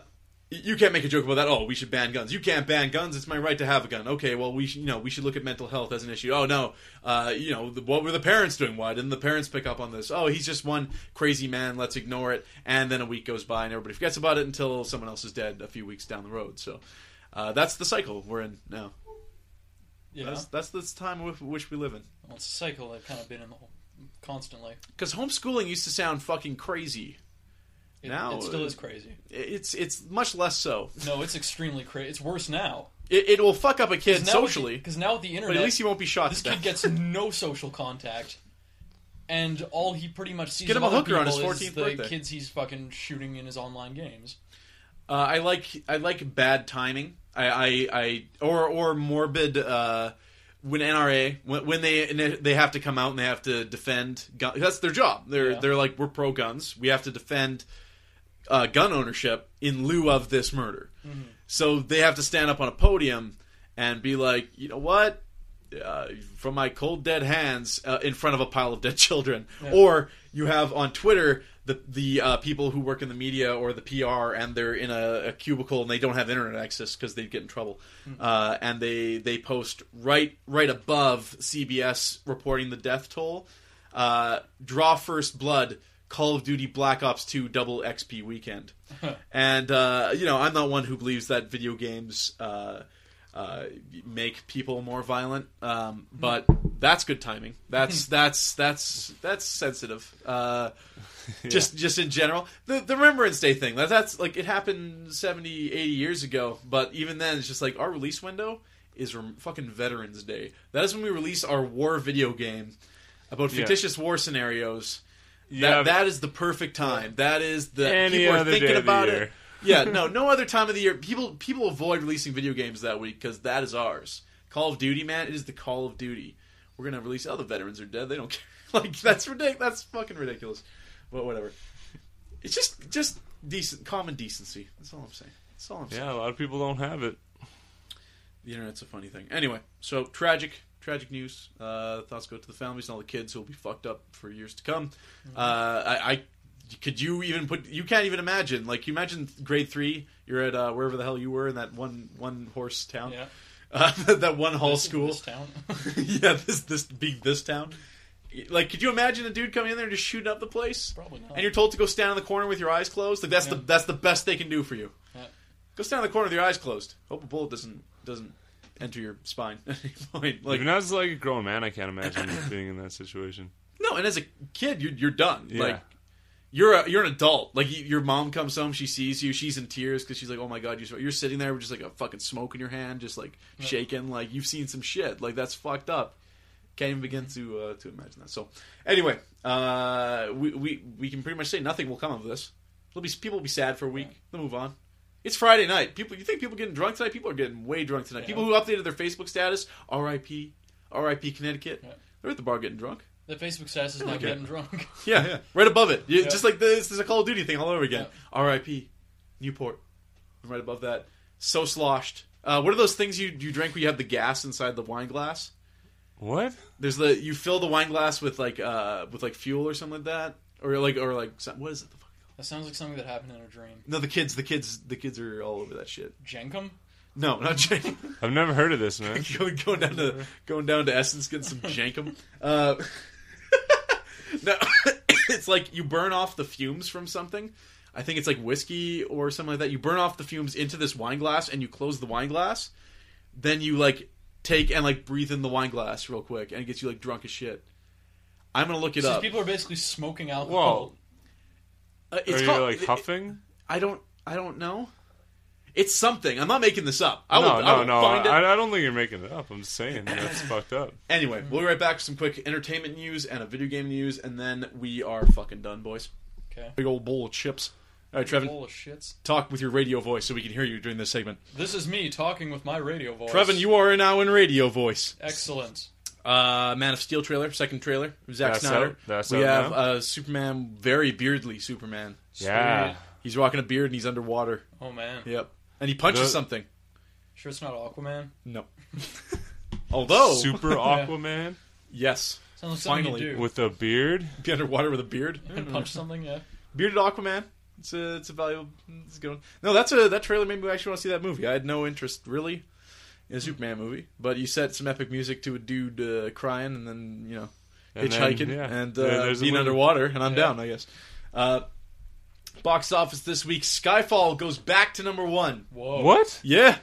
you can't make a joke about that. Oh, we should ban guns. You can't ban guns. It's my right to have a gun. Okay, well, we should, you know we should look at mental health as an issue. Oh no, uh, you know the, what were the parents doing? Why didn't the parents pick up on this? Oh, he's just one crazy man. Let's ignore it. And then a week goes by and everybody forgets about it until someone else is dead a few weeks down the road. So uh, that's the cycle we're in now.
yeah,
That's that's the time with which we live in.
well, it's a cycle I've kind of been in the whole, constantly.
Because homeschooling used to sound fucking crazy.
It,
Now,
it still
uh,
is crazy.
It's it's much less so.
No, it's extremely crazy. It's worse now.
It, it will fuck up a kid socially,
because now with the internet,
but at least you won't be shot.
this
to
kid
death.
gets no social contact, and all he pretty much sees
get him
of
a
other
hooker on
people
his
is
14th
the
birthday.
kids he's fucking shooting in his online games.
Uh, I like I like bad timing. I I, I or or morbid uh, when NRA when, when they and they- they have to come out and they have to defend gun. That's their job. They're
Yeah.
they're like we're pro guns. We have to defend uh, gun ownership in lieu of this murder. So they have to stand up on a podium and be like, you know what? Uh, from my cold dead hands uh, in front of a pile of dead children, or you have on Twitter the the uh, people who work in the media or the PR and they're in a, a cubicle and they don't have internet access because they'd get in trouble, uh, and they they post right right above CBS reporting the death toll, uh, draw first blood Call of Duty Black Ops 2 Double XP Weekend. and, uh, you know, I'm not one who believes that video games uh, uh, make people more violent, um, but that's good timing. That's, that's, that's, that's sensitive. Uh, just just in general the the remembrance day thing that, that's like it happened 70 80 years ago but even then it's just like our release window is rem- fucking veterans day that is when we release our war video game about
Yeah.
fictitious war scenarios
Yeah.
that, that is the perfect time that is the
Any
people are
other
thinking
day of the
about it
year.
yeah no no other time of the year people people avoid releasing video games that week because that is ours call of duty man it is the call of duty we're gonna release oh the veterans are dead they don't care like that's ridiculous that's fucking ridiculous but whatever it's just just decent common decency. That's all I'm saying. That's all I'm saying.
Yeah, a lot of people don't have it.
The internet's a funny thing. Anyway, so tragic, tragic news. Uh, thoughts go to the families and all the kids who will be fucked up for years to come.
Mm-hmm.
Uh, I, I could you even put you can't even imagine. Like you imagine grade three, you're at uh, wherever the hell you were in that one one horse town,
Yeah.
uh, that one hall
This-
school.
This town.
yeah, this this big this town. Like, could you imagine a dude coming in there and just shooting up the place?
Probably not.
and you're told to go stand in the corner with your eyes closed, like that's the
Yeah.
that's the best they can do for you.
Yeah.
Go stand in the corner with your eyes closed. Hope a bullet doesn't doesn't enter your spine at any point. Like
Even as like a grown man, I can't imagine being in that situation.
no, and as a kid, you're you're done.
Yeah.
Like you're a, you're an adult. Like you, your mom comes home, she sees you, she's in tears because she's like, "Oh my god, you're, you're sitting there with just like a fucking smoke in your hand, just like shaking. Like you've seen some shit. Like that's fucked up." Can't even begin to uh, to imagine that. So anyway, uh, we, we we can pretty much say nothing will come of this. It'll be people will be sad for a week. They'll move on. It's Friday night. People, you think people getting drunk tonight? People are getting way drunk tonight.
Yeah.
People who updated their Facebook status, R.I.P. R.I.P. Connecticut.
Yeah.
They're at the bar getting drunk.
The Facebook status is not
Okay.
getting drunk.
Yeah, yeah. Right above it. You-
Yeah.
Just like this, this is a Call of Duty thing all over again.
Yeah.
R.I.P. Newport. And right above that. So sloshed. Uh, what are those things you, you drink where you have the gas inside the wine glass?
What?
There's the you fill the wine glass with like uh with like fuel or something like that, or like or like some- what is it? The fuck?
That sounds like something that happened in a dream.
No, the kids, the kids, the kids are all over that shit.
Jenkum?
No, not Jenkum.
I've never heard of this, man.
going, going down to going down to Essence, getting some jankum. Uh, no, it's like you burn off the fumes from something. I think it's like whiskey or something like that. You burn off the fumes into this wine glass, and you close the wine glass. Then you like take and like breathe in the wine glass real quick, and it gets you like drunk as shit. I'm gonna look it
So
up.
people are basically smoking alcohol.
Whoa.
Uh,
Are
it's
you
called,
like huffing?
I don't. I don't know. It's something. I'm not making this up. I
no,
will, I
no,
will
no.
Find it.
I, I don't think you're making it up. I'm just saying that's fucked up.
Anyway, we'll be right back with some quick entertainment news and a video game news, and then we are fucking done, boys.
Okay.
Big old bowl of chips. All right, Trevin,
Full of shits.
talk with your radio voice so we can hear you during this segment.
This is me talking with my radio voice.
Trevin, you are now in radio voice.
Excellent.
Uh, Man of Steel trailer, second trailer, Zack
That's
Snyder.
out- that's
we
out
have
now?
uh, Superman, very beardly Superman.
Yeah.
He's rocking a beard and he's underwater.
Oh man.
Yep, and he punches
The-
something.
Sure it's not Aquaman?
No. Although,
Super Aquaman
yes,
Sounds like something
Finally.
you do.
with a beard.
be underwater with a beard.
And punch something, yeah.
Bearded Aquaman. It's a it's a valuable it's a good one. No, that's a that trailer made me actually want to see that movie. I had no interest really in
Hmm.
a Superman movie, but you set some epic music to a dude uh, crying and then you know
And then,
hitchhiking
yeah.
and
There-
uh,
there's a
being
movie.
underwater, and I'm
Yeah.
down, I guess. Uh, box office this week, Skyfall goes back to number one.
Whoa.
What?
Yeah.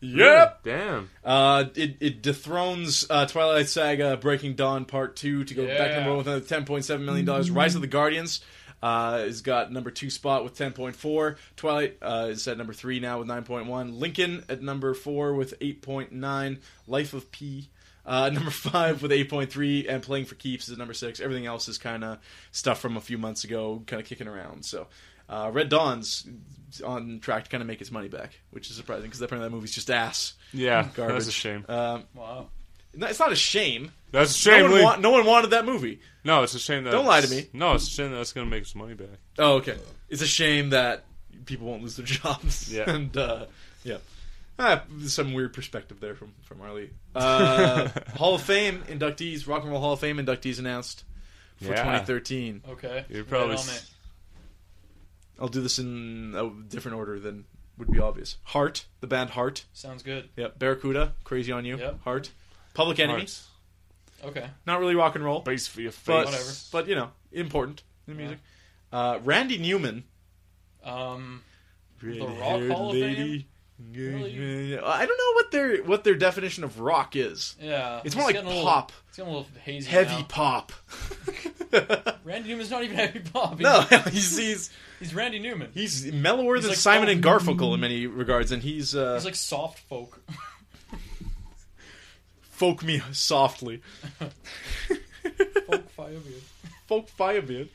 Yep.
Damn.
Uh, it, it dethrones uh, Twilight Saga: Breaking Dawn Part Two to go back to number
Yeah.
one with another ten point seven million dollars. Rise of the Guardians uh, has got number two spot with ten point four. Twilight uh, is at number three now with nine point one. Lincoln at number four with eight point nine. Life of P. Uh, number five with 8.3 and playing for keeps is at number six. Everything else is kind of stuff from a few months ago, kind of kicking around. So, uh, Red Dawn's on track to kind of make its money back, which is surprising because apparently that movie's just ass.
Yeah,
Garbage.
that's a shame.
Um,
Wow.
no, it's not a shame.
That's a
No
shame.
one,
Lee.
wa- no one wanted that movie.
no, it's a shame that.
Don't lie to me.
No, it's a shame that's gonna make us money back.
Oh, okay. It's a shame that people won't lose their jobs.
Yeah.
and uh, yeah, ah, some weird perspective there from from Arlie. Uh, Hall of Fame inductees, Rock and Roll Hall of Fame inductees announced for
Yeah.
2013.
Okay.
You're
Right
probably
on
s-
it.
I'll do this in a different order than would be obvious. Heart, the band Heart.
Sounds good.
Yep, Barracuda, Crazy on You.
Yep.
Heart, Public Enemy.
Hearts.
Okay.
Not really rock and roll.
Base for your face.
but
Whatever.
but you know important in music. Uh, Randy Newman.
Um, Rock Hall of Really?
I don't know what their what their definition of rock is.
yeah,
It's more like
getting a little-
pop.
it's getting a little hazy.
Heavy
now.
pop.
Randy Newman's not even heavy pop. He's,
no, he's he's
he's Randy Newman.
he's mellower
He's
than
like
Simon
so-
and Garfunkel in many regards, and he's uh,
He's like soft folk.
folk me softly.
folk Fabio.
folk firebeard.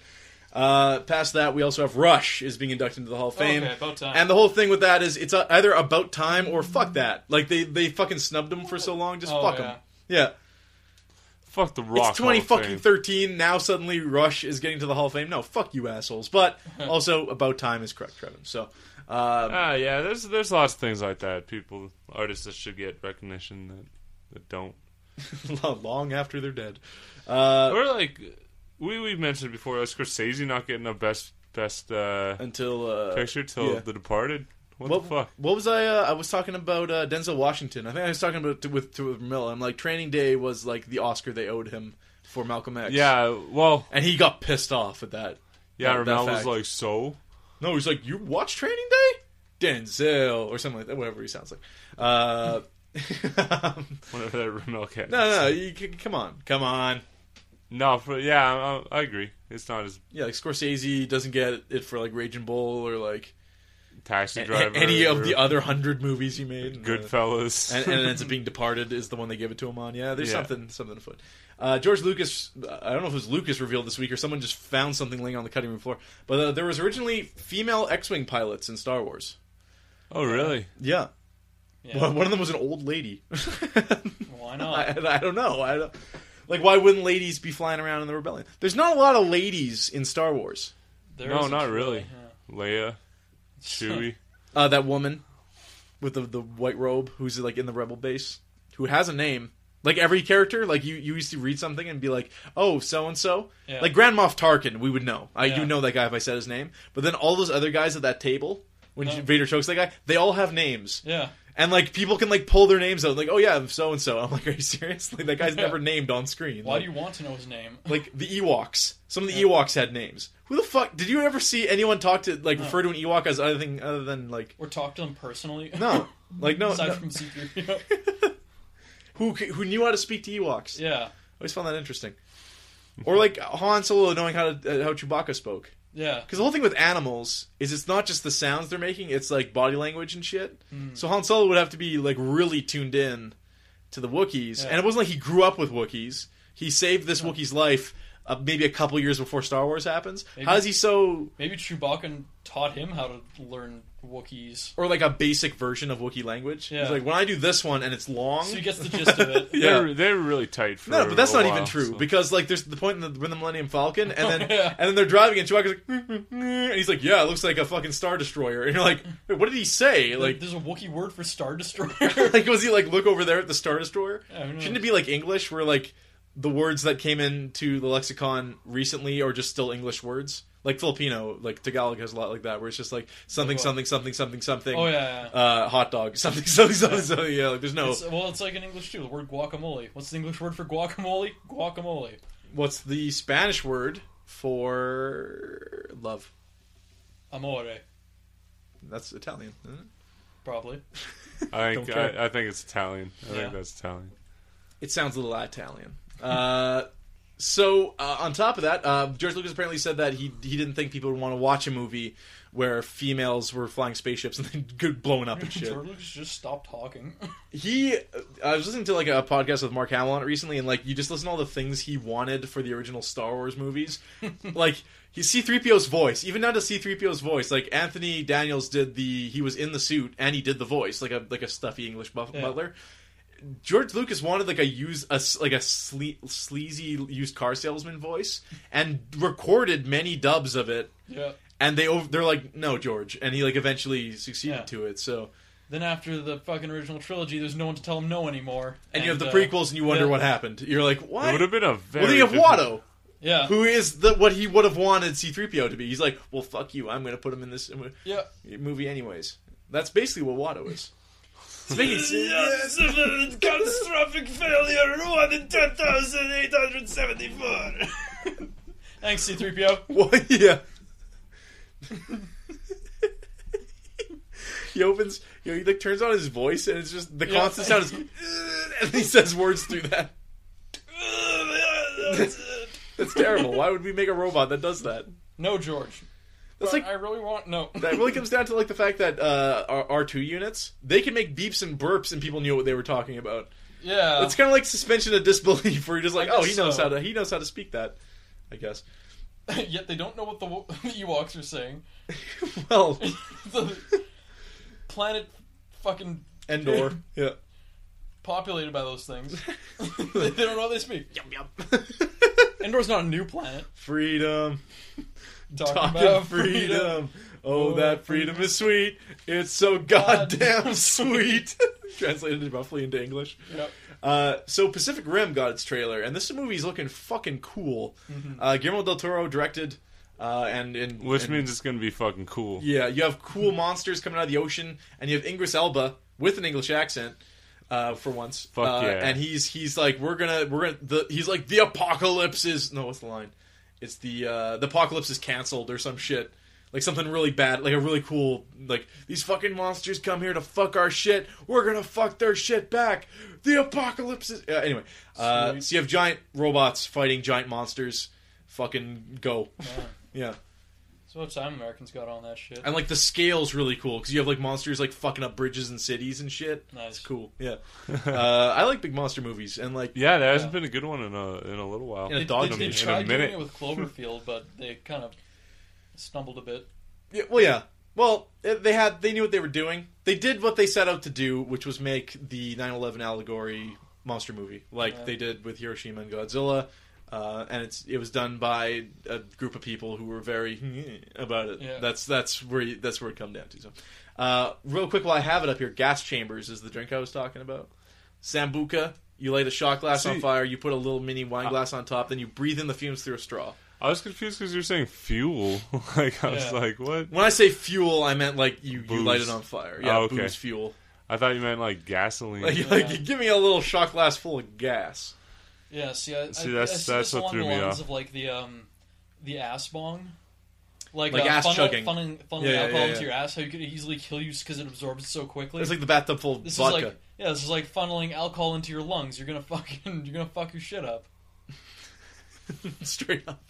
Uh, past that, we also have Rush is being inducted into the Hall of Fame.
Okay, about time.
And the whole thing with that is it's uh, either about time or fuck that. Like they they fucking snubbed him for so long, just
Oh,
fuck
yeah.
him. Yeah,
Fuck the rock.
it's twenty
Hall of
fucking
Fame.
thirteen. Now suddenly Rush is getting to the Hall of Fame. No, fuck you assholes. But also about time is correct, Trevin. So uh,
Ah, yeah. There's there's lots of things like that. People, artists that should get recognition that that don't.
long after they're dead. Uh,
Or like we we mentioned before, like Scorsese not getting a best best uh,
until uh,
picture till
yeah.
The Departed. What,
What,
the fuck?
what was I? Uh, I was talking about uh, Denzel Washington. I think I was talking about to, with to with Miller. I'm like, Training Day was like the Oscar they owed him for Malcolm X.
Yeah. Well.
and he got pissed off at that.
Yeah.
that, that
Ramel was
fact.
like, so.
no, he's like, you watch Training Day, Denzel, or something like that. Whatever he sounds like. Uh, um,
Whatever that Ramel cat.
no, no, you, c- come on, come on.
No, for, yeah, I, I agree. It's not as
Yeah, like Scorsese doesn't get it for like Raging Bull or like
taxi
a-
driver.
any of
or
the other hundred movies he made. Uh,
Goodfellas.
and, and it ends up being Departed is the one they gave it to him on. Yeah, there's
Yeah.
something something afoot. Uh, George Lucas, I don't know if it was Lucas revealed this week or someone just found something laying on the cutting room floor, but uh, there was originally female X-wing pilots in Star Wars.
oh, really?
Yeah,
Yeah.
One- one of them was an old lady.
Why
I,
not?
I don't know. I don't, like, why wouldn't ladies be flying around in the rebellion? There's not a lot of ladies in Star Wars.
There
no,
isn't,
not really.
yeah.
Leia, Chewie.
Uh, that woman with the, the white robe who's like in the rebel base who has a name. Like every character, like you, you used to read something and be like, "Oh, so and so."
Yeah.
Like Grand Moff Tarkin, we would know. I
Yeah.
you know that guy if I said his name. But then all those other guys at that table, when
No.
Vader chokes that guy, they all have names.
Yeah.
And like people can like pull their names out, like, oh yeah, so and so. I'm like, are you serious? Like that guy's
Yeah.
never named on screen.
Why
Like,
do you want to know his name?
like the Ewoks? Some of the Ewoks had names. Who the fuck did you ever see anyone talk to like refer to an Ewok as other thing other than like
Or talk to him personally?
no, like no,
Aside
no.
from C-3PO.
who c- who knew how to speak to Ewoks? I
yeah.
always found that interesting. Or like Han Solo knowing how to uh, how Chewbacca spoke.
Yeah.
Because the whole thing with animals is it's not just the sounds they're making; it's like body language and shit.
Mm.
So Han Solo would have to be like really tuned in to the Wookiees,
Yeah.
and it wasn't like he grew up with Wookiees. He saved this Wookiee's life uh, maybe a couple years before Star Wars happens.
Maybe.
How is he so,
Maybe Chewbacca taught him how to learn Wookiees.
or like a basic version of Wookiee language?
Yeah.
He's like, when I do this one and it's long.
So he gets the gist of it.
Yeah.
They're, they're really tight for
no, but that's
a
not
while,
even true
so.
because like there's the point in the, when the Millennium Falcon, and then
Yeah.
and then they're driving, and Chewbacca's like, and he's like, "Yeah, it looks like a fucking star destroyer," and you're like, Wait, "What did he say?" Like,
Like, there's a Wookiee word for Star Destroyer.
like was he like look over there at the star destroyer
I don't know.
shouldn't it be like english where like the words that came into the lexicon recently are just still english words like filipino like tagalog has a lot like that where it's just like something
Like what?
something something something something
oh, yeah. yeah.
uh hot dog something something something something yeah like there's no
It's- uh, well, it's like in English, too. The word guacamole. What's the English word for guacamole? Guacamole.
what's the spanish word for love
Amore,
that's italian isn't it?
probably.
I
Don't
think
care.
I, I think it's Italian. I
Yeah.
think that's Italian.
It sounds a little Italian. Uh, so uh, on top of that, uh, George Lucas apparently said that he he didn't think people would want to watch a movie where females were flying spaceships and then get blown up and shit.
George Lucas just stopped talking.
He, I was listening to like a podcast with Mark Hamill on it recently, and like you just listen to all the things he wanted for the original Star Wars movies. like he C three PO's voice, even down to C three PO's voice. Like Anthony Daniels did the he was in the suit and he did the voice like a like a stuffy English buff,
Yeah.
butler. George Lucas wanted like a use a s- like a sle- sleazy used car salesman voice, and recorded many dubs of it.
yeah.
And they over, they're like, no, George, and he like eventually succeeded
Yeah.
to it. So
Then after the fucking original trilogy, there's no one to tell him no anymore.
and, you have the
uh,
prequels, and you wonder
yeah.
what happened. You're like,
It
why?
would have been a very.
Well, then you have
different-
Watto,
Yeah.
who is the what he would have wanted C-3PO to be. He's like, well, fuck you. I'm going to put him in this mo-
Yeah.
movie anyways. That's basically what Watto is. It's making sense.
catastrophic failure, one in 10,874.
Thanks, C3PO.
Well, yeah. He opens, you know, he like turns on his voice, and it's just the
Yeah.
constant sound is, "Ugh," and he says words through that. That's terrible. Why would we make a robot that does that?
no, George.
That's
But
like
I really want no.
that really comes down to like the fact that uh, our R two units they can make beeps and burps, and people knew what they were talking about.
yeah.
It's kind of like suspension of disbelief, where you're just like,
Uh, I
oh, he
guess
knows
so.
how to he knows how to speak that. I guess.
Yet they don't know what the, wo- the Ewoks are saying.
Well,
the planet fucking
Endor. Yeah.
populated by those things. they don't know what they speak. Endor's not a new planet.
freedom,
Talking,
talking
about
freedom.
freedom.
Oh, that freedom is sweet. It's so goddamn sweet. Translated roughly into English.
Yep.
Uh, so Pacific Rim got its trailer, and this movie's looking fucking cool. Uh, Guillermo del Toro directed, uh, and and
Which
and-
means it's gonna be fucking cool.
yeah, you have cool monsters coming out of the ocean, and you have Ingris Elba with an English accent. Uh, for once,
Fuck
Uh,
yeah.
And he's he's like we're gonna we're gonna the, he's like the apocalypse is no what's the line? It's the uh, the apocalypse is canceled or some shit like something really bad like a really cool like these fucking monsters come here to fuck our shit we're gonna fuck their shit back the apocalypse is uh, anyway uh,
Sweet.
so you have giant robots fighting giant monsters fucking go
Yeah.
yeah
So what time Americans got on that shit?
and like the scale's really cool because you have like monsters like fucking up bridges and cities and shit.
Nice.
It's cool. Yeah, uh, I like big monster movies and like
Yeah, there hasn't
Yeah.
been a good one in a in a little while.
In a
They,
dog
they, they
in a
tried doing
minute.
it with Cloverfield, but they kind of stumbled a bit.
yeah, well, yeah, well it- they had they knew what they were doing. They did what they set out to do, which was make the 9/11 allegory monster movie, like
Yeah.
they did with Hiroshima and Godzilla. Uh, and it's it was done by a group of people who were very eh, about it.
Yeah.
That's that's where you, that's where it come down to. So, uh, real quick, while I have it up here, gas chambers is the drink I was talking about. Sambuca. You light a shot glass on
See-
fire. You put a little mini wine glass on top. Then you breathe in the fumes through a straw.
I was confused because you're saying fuel. like I was
Yeah.
like, what?
When I say fuel, I meant like you, you
Booze.
light it on fire. Yeah,
Oh, okay.
booze fuel.
I thought you meant like gasoline.
Like, like you give me a little shot glass full of gas.
Yeah, see, I,
See,
I,
that's-
I see
that's
this
what
along
threw
the
me
lines
off.
of like the um, the ass bong, like,
Like
uh,
ass
funnel,
chugging.
funneling, funneling
Yeah, yeah,
alcohol
yeah,
into
yeah.
your ass. How you could easily kill you because it absorbs so quickly.
It's like the bathtub full of
this
vodka.
is like yeah, this is like funneling alcohol into your lungs. You're gonna fucking you're gonna fuck your shit up.
straight up.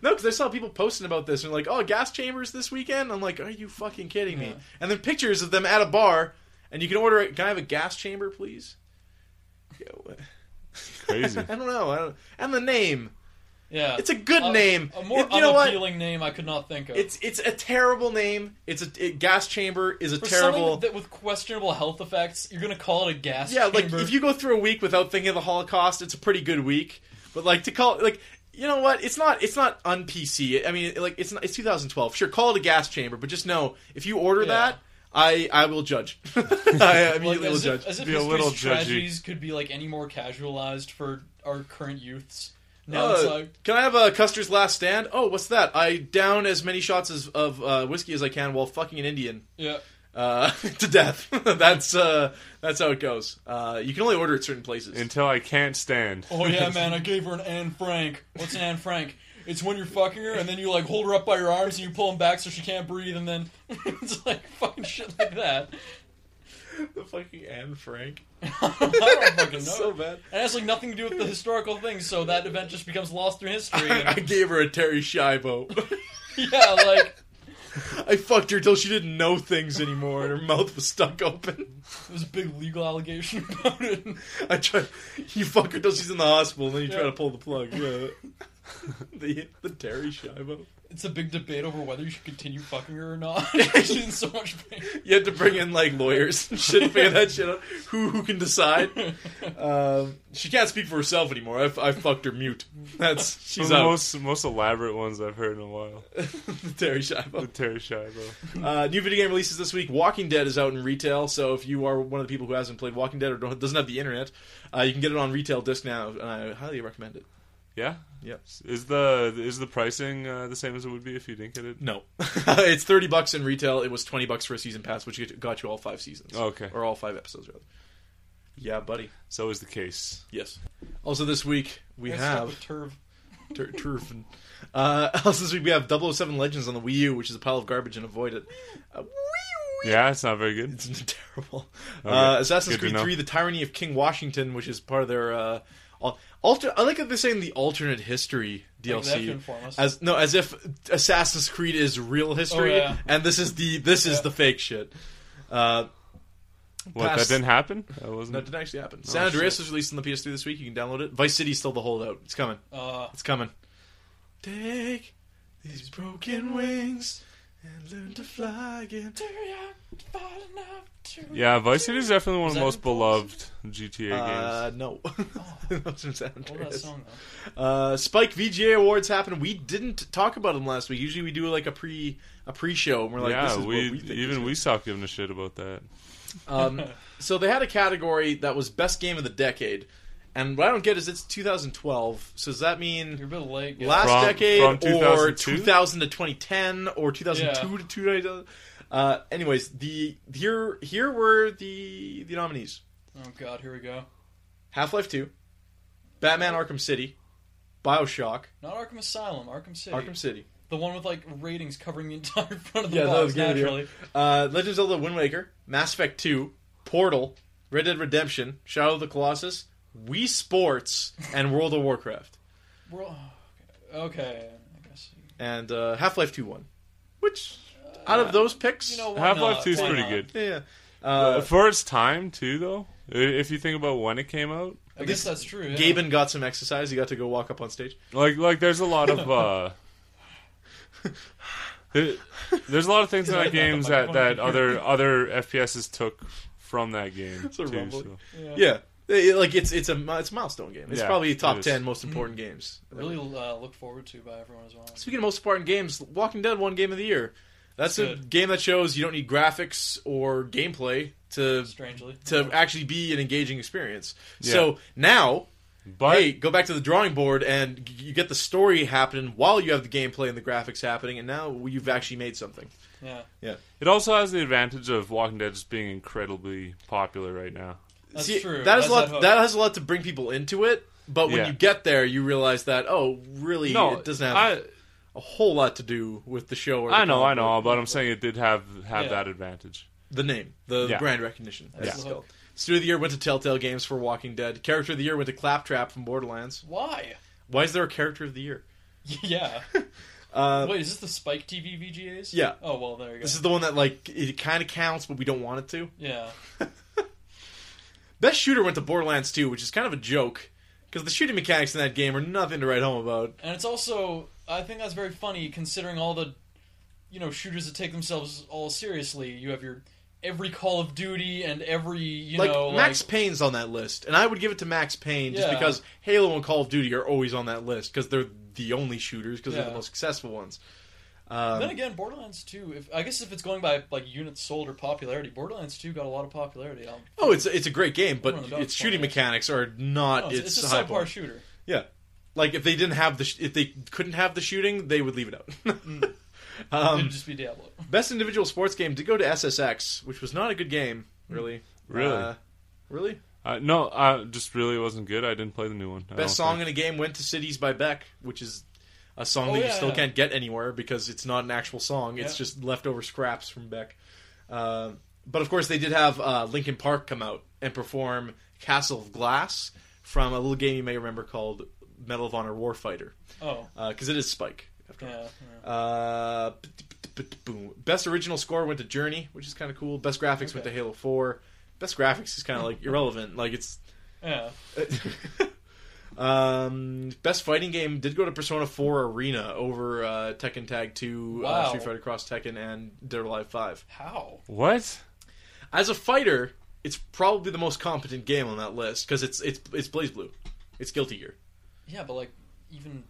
No, because I saw people posting about this and like, oh, gas chambers this weekend. I'm like, are you fucking kidding me?
Yeah.
And then pictures of them at a bar, and you can order. it. Can I have a gas chamber, please? Yeah, wha-
Crazy.
I don't know. I don't, and the name.
Yeah,
It's a good name.
A more
It- you know what?
unappealing name I could not think of.
It's it's a terrible name. It's a it, gas chamber is a
For
terrible.
something that with questionable health effects, you're gonna call it a gas
yeah, like
chamber.
if you go through a week without thinking of the Holocaust, it's a pretty good week. But like to call like you know what? It's not it's not un PC. I mean, like it's not, it's 2012. Sure, call it a gas chamber, but just know if you order
Yeah.
that, I I will judge. I
like,
immediately will
as
judge.
if, as if
Be a
history's
little judgy.
tragedies could be like any more casualized for our current youths. Now
Uh,
it's like
Can I have a Custer's Last Stand? Oh, what's that? I down as many shots as, of uh, whiskey as I can while fucking an Indian.
yeah.
uh, to death. that's uh, that's how it goes. Uh, you can only order at certain places.
Until I can't stand.
Oh yeah, man, I gave her an Anne Frank. What's an Anne Frank? It's when you're fucking her and then you like hold her up by your arms and you pull them back so she can't breathe and then it's like fucking shit like that.
the fucking Anne Frank.
I don't fucking know.
so bad.
and it has like nothing to do with the historical thing, so that event just becomes lost through history.
I
And,
gave her a Terry Shivo.
yeah, like
I fucked her till she didn't know things anymore, and her mouth was stuck open.
there's a big legal allegation about it.
I tried. You fuck her till she's in the hospital, and then you try
Yeah.
to pull the plug. Yeah. the the Terry Shivo.
It's a big debate over whether you should continue fucking her or not. She's in so much pain.
You had to bring in like lawyers and shit to figure that shit out. Who who can decide? Um, she can't speak for herself anymore. I, I fucked her mute. That's she's
One of
out.
the most most elaborate ones I've heard in a while.
the Terry Shivo.
The Terry Shivo.
Uh, new video game releases this week. Walking Dead is out in retail, so if you are one of the people who hasn't played Walking Dead or don't, doesn't have the internet, uh, you can get it on retail disc now, and I highly recommend it.
Yeah.
Yep.
Is the is the pricing uh, the same as it would be if you didn't get it?
No, it's thirty bucks in retail. It was twenty bucks for a season pass, which get- got you all five seasons.
Okay.
or all five episodes, rather. Yeah, buddy.
It's always the case.
Yes. Also, this week we
It's stuck
have
with Turv.
Tur- Turfin. Uh, also this week we have 007 Legends on the Wii U, which is a pile of garbage and avoid it. Uh,
Yeah, it's not very good.
it's terrible. Uh,
Okay,
Assassin's
good to
Creed
know.
3, The Tyranny of King Washington, which is part of their uh, al- alter. I like that they're saying the alternate history
Like, they have to
DLC.
inform us.
as no, as if Assassin's Creed is real history,
Oh, yeah.
and this is the this is
Yeah.
the fake shit. Uh,
What?
Pass.
That didn't happen. That
no, it
wasn't.
didn't actually happen. Oh, San Andreas was released on the PS3 this week. You can download it. Vice City's still the holdout. It's coming.
Uh,
It's coming. Take these broken wings and learn to fly again. Uh,
Yeah, Vice City is definitely one of
Is
the
that
most
in
beloved GTA
Uh,
games.
no. That's from San
what was that
Andreas.
song?
Uh, Spike VGA Awards happened. We didn't talk about them last week. Usually we do like a pre a pre show and we're like, this
yeah,
is
we,
what we think.
even we stopped giving a shit about that.
Um, so they had a category that was best game of the decade, and what I don't get is it's 2012. So does that mean
You're a bit late. guys.
last
From-
decade
from
or
2002?
2000 to 2010 or 2002 to 2000? Uh, anyways, the here here were the the nominees:
Oh god, here we go.
Half Life 2, Batman Arkham City, Bioshock,
Not Arkham Asylum, Arkham City.
Arkham City.
The one with like ratings covering the entire front of the
Yeah, that
box.
was good, yeah.
naturally.
Uh, Legend of Zelda: Wind Waker, Mass Effect 2, Portal, Red Dead Redemption, Shadow of the Colossus, Wii Sports, and World of Warcraft.
We're all... okay. I guess.
And uh, Half Life 2 won. Which, out of those picks,
You know, why
Half Life
not?
2 is
Why
pretty
not?
good.
yeah. Uh,
For its time, too, though. I- If you think about when it came out,
I guess that's
Uh,
true. Yeah.
Gaben got some exercise. He got to go walk up on stage.
like like there's a lot of uh, there- there's a lot of things in that games that that other other FPSs took from that game.
a
too,
rumble.
so.
Yeah, It- it- like it's it's a mi- it's a milestone game. It's
Yeah,
probably top
it is.
ten most important games.
Mm-hmm. Really uh, look forward to by everyone as well.
Speaking of most important games, Walking Dead won Game of the Year. That's a
Good.
game that shows you don't need graphics or gameplay to
Strangely.
to actually be an engaging experience.
Yeah.
So now,
But
hey, go back to the drawing board and g- you get the story happening while you have the gameplay and the graphics happening, and now you've actually made something.
Yeah.
it also has the advantage of Walking Dead just being incredibly popular right now.
That's
See,
true.
That has
That's
a lot.
that hook.
that has a lot to bring people into it. But when
Yeah.
you get there, you realize that oh, really,
No,
it doesn't have
I,
a whole lot to do with the show. Or the
I know, I
comic
know,
book.
but I'm saying it did have have
Yeah.
that advantage.
The name, the
Yeah.
brand recognition. as
Yeah.
it's called. Studio of the Year went to Telltale Games for Walking Dead. Character of the Year went to Claptrap from Borderlands.
Why?
Why is there a Character of the Year?
yeah.
Uh,
Wait, is this the Spike TV VGAs?
Yeah.
Oh well, there you go.
This is the one that like it kind of counts, but we don't want it to.
yeah.
Best shooter went to Borderlands 2, which is kind of a joke because the shooting mechanics in that game are nothing to write home about.
And it's also, I think that's very funny considering all the, you know, shooters that take themselves all seriously. You have your every Call of Duty and every, you
like
know,
Max
like,
Payne's on that list, and I would give it to Max Payne just
Yeah.
because Halo and Call of Duty are always on that list because they're the only shooters because they're the
Yeah.
most successful ones.
then
Um,
again, Borderlands Two. If I guess if it's going by like units sold or popularity, Borderlands Two got a lot of popularity. Um,
oh, it's it's a great game, but
One of the
its
dogs
shooting
on it.
mechanics are not
no,
its,
it's, it's a
high
subpar
point.
shooter.
Yeah, like if they didn't have the sh- if they couldn't have the shooting, they would leave it out.
Mm.
um,
It'd just be Diablo.
Best individual sports game did go to SSX, which was not a good game, really.
Really?
Uh, really?
Uh, no, uh, just really wasn't good. I didn't play the new one. I don't
Best song
think.
in a game went to Cities by Beck, which is a song
Oh,
that you
yeah,
still
yeah.
can't get anywhere because it's not an actual song. It's
Yeah.
just leftover scraps from Beck. Uh, but of course, they did have uh, Linkin Park come out and perform Castle of Glass from a little game you may remember called Medal of Honor Warfighter
Oh,
because it is Spike. After all.
yeah.
Uh, boom. Best original score went to Journey, which is kind of cool. Best graphics went to
Okay.
Halo Four. Best graphics is kind of like irrelevant. Like it's
Yeah.
um, best fighting game did go to Persona 4 Arena over uh, Tekken Tag 2, uh,
Wow.
Street Fighter Cross Tekken, and Dead or Alive 5.
How?
What?
As a fighter, it's probably the most competent game on that list because it's it's it's BlazBlue, it's Guilty Gear.
Yeah, but like even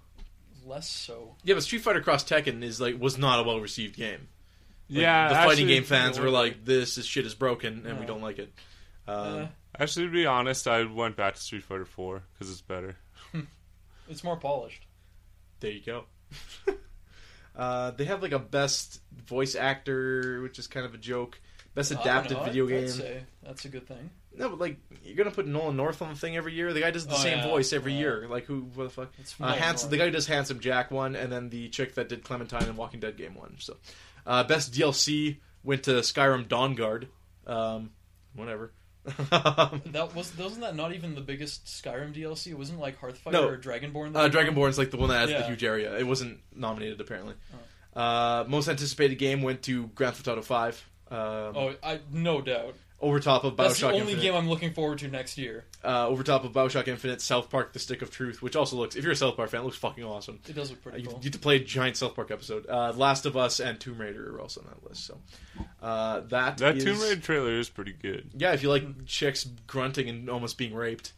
less so.
Yeah, but Street Fighter Cross Tekken is like was not a well received game. Like,
yeah,
the fighting
actually-
game fans were
yeah.
like, "This is, shit is broken, and we
Yeah.
don't like it." Um,
Uh,
Actually, to be honest, I went back to Street Fighter Four because it's better.
it's more polished.
There you go. uh, they have like a best voice actor, which is kind of a joke. Best
Oh, I don't
adapted
know, I'd-
video
I'd
game.
say that's a good thing.
No, but like you're gonna put Nolan North on the thing every year. The guy does the
Oh,
same
yeah,
voice every
yeah.
year. Like who? What the fuck?
It's
Uh,
Nolan
handsome.
North.
The guy who does Handsome Jack one, and then the chick that did Clementine and Walking Dead game one. So, uh, best DLC went to Skyrim Dawn Guard. Um, whatever. uh,
That was wasn't that not even the biggest Skyrim DLC? It wasn't like Hearthfire
No. Uh,
or Dragonborn. that-
Dragonborn's like the one that has the
Yeah. Oh.
huge area. It wasn't nominated apparently. Uh, most anticipated game went to Grand Theft Auto Five. Um,
Oh, I no doubt.
over top of Bioshock
That's the only
Infinite.
game I'm looking forward to next year.
uh, over top of Bioshock Infinite, South Park: The Stick of Truth, which also looks, if you're a South Park fan, it looks fucking awesome.
It does look
Uh,
pretty
You, you
cool.
get to play a giant South Park episode. Uh, Last of Us and Tomb Raider are also on that list. So uh, that
That
is-
Tomb Raider trailer is pretty good.
yeah, if you like chicks grunting and almost being raped,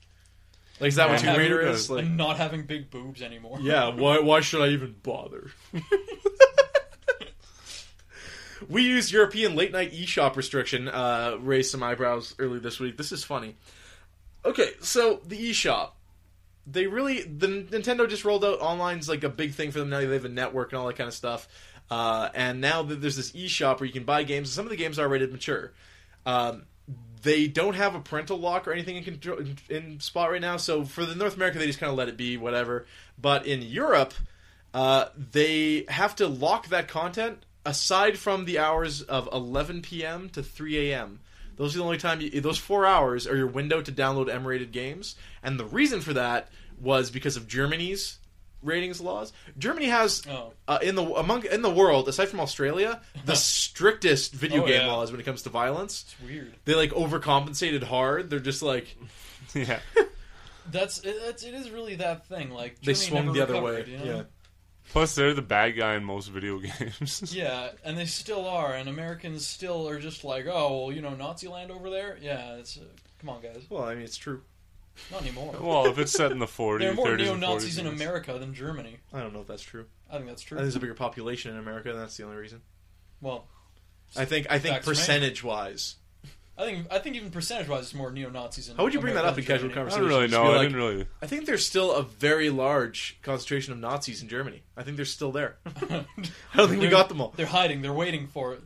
like is that what
Yeah.
Tomb Raider
Yeah.
is? Like,
and not having big boobs anymore.
yeah, why why should I even bother? we used European late night eShop restriction, uh, raised some eyebrows early this week. This is funny. Okay, so the eShop. They really the Nintendo just rolled out online's like a big thing for them now. They have a network and all that kind of stuff. Uh, and now that there's this eShop where you can buy games, some of the games are rated mature. Um, they don't have a parental lock or anything in control in, in spot right now. So for the North America, they just kind of let it be, whatever. But in Europe, uh, they have to lock that content aside from the hours of 11 p.m. to 3 a.m. Those are the only time. You, those four hours are your window to download M-rated games, and the reason for that was because of Germany's ratings laws. Germany has
Oh.
uh, in the among in the world, aside from Australia, the strictest video
Oh,
game
yeah.
laws when it comes to violence
It's weird.
they like overcompensated hard. They're just like
yeah.
That's it, it's, it is really that thing. Like
they
Germany
swung
never
the other way.
recovered, you know?
Yeah.
Plus, they're the bad guy in most video games.
Yeah, and they still are, and Americans still are just like, oh, well, you know, Nazi land over there. Yeah, it's uh, come on, guys,
Well, I mean, it's true.
not anymore.
Well, if it's set in the 40s,
there are more
30s,
neo
and
Nazis
40s,
in America than Germany.
I don't know if that's true.
I think that's
I
true.
think there's a bigger population in America, and that's the only reason.
well,
I think. I think
Facts, right?
percentage wise.
I think I think even percentage wise, it's more neo Nazis.
How would you bring that up in casual
I
conversation?
don't really
Just
know.
be
I
like,
didn't really.
I think there's still a very large concentration of Nazis in Germany. I think they're still there.
conversation?
I don't think we
They're-
got them all.
They're hiding. They're waiting for it.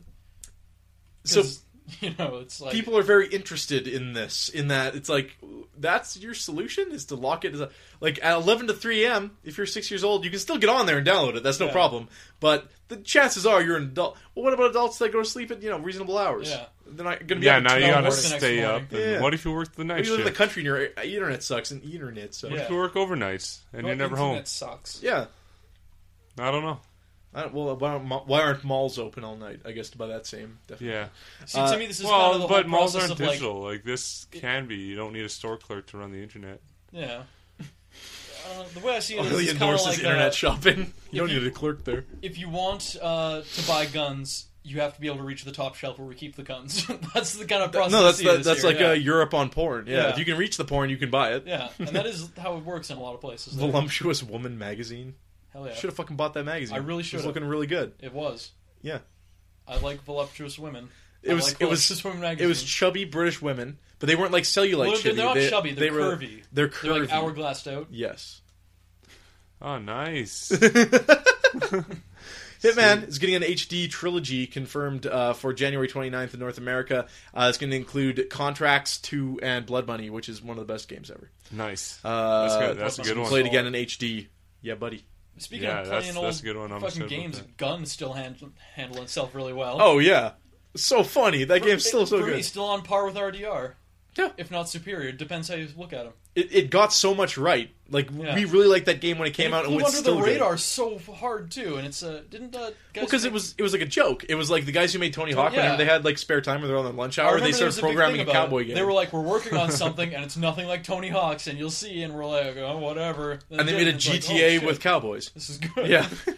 So
'Cause, you know, it's like
people are very interested in this. In that, it's like that's your solution is to lock it as a like at 11 to 3 a.m. If you're six years old, you can still get on there and download it. That's no
Yeah.
problem. But the chances are you're an adult. Well, what about adults that go to sleep at you know reasonable hours?
Yeah.
they're not going to be.
Yeah,
up
now
until
you gotta
morning.
the next
stay
morning.
up. And
Yeah.
What if you work the night
You live in the
shift?
country and your internet sucks, and internet sucks.
Yeah.
If you work overnights and
Well,
you're never
internet
home?
sucks.
Yeah.
I don't know.
I don't, well, why aren't, ma- why aren't malls open all night? I guess by that same definition.
Yeah.
See,
Uh,
to me, this is kind of
Well,
the
but
whole
malls
process
aren't
of, like,
digital. Like, this can be. You don't need a store clerk to run the internet.
Yeah. Uh, the way I see it
It
is
really
kind of
endorses
like
internet
uh,
shopping. You don't
you-
need a clerk there.
if you want uh, to buy guns, you have to be able to reach the top shelf where we keep the guns. that's the kind of process.
No,
I
that's
see
the,
this
that's
here,
like
yeah.
uh Europe on porn. Yeah.
Yeah.
if you can reach the porn, you can buy it.
yeah, and that is how it works in a lot of places. There.
Voluptuous Woman magazine.
Hell yeah,
Should have fucking bought that magazine.
I really
It was
should've.
looking really good.
it was.
Yeah.
I like voluptuous women.
It
I
was-
like
it was-
voluptuous women
It
magazine.
was chubby British women, but they weren't like cellulite
Well, they're
chubby.
not
they,
chubby.
they
They're
were-
curvy.
They're
They're
curvy.
like hourglassed out.
yes.
Oh, nice.
Hitman is getting an HD trilogy confirmed uh, for January 29th in North America. Uh, it's going to include Contracts 2 and Blood Money, which is one of the best games ever.
nice.
Uh,
That's good- that's a
it's
good
been
one.
Played again in HD. Yeah, buddy.
Speaking
Yeah,
of
that's-
playing
that's
old
a good one. I'm
fucking
upset about
games,
that.
Gun still hand, handle itself really well.
Oh, yeah. So funny. That game's still so
for me,
good.
still on par with RDR.
Yeah.
if not superior. Depends how you look at them.
It, it got so much right. Like,
Yeah.
we really liked that game when it came
it
out.
flew
and it's
under
still
the
good.
radar so hard too, and it's uh, didn't uh, guys
Well, because it
make-
was it was like a joke. It was like the guys who made Tony Hawk
yeah.
whenever they had like spare time or they're on their lunch
I
hour,
remember
they
there
started
was a big
programming a
thing about it.
cowboy game.
They were like, "We're working on something, and it's nothing like Tony Hawk's, and you'll see." And we're like, "Oh, whatever."
and they made a
it's like, oh,
GTA
shit,
with cowboys.
this is good.
Yeah.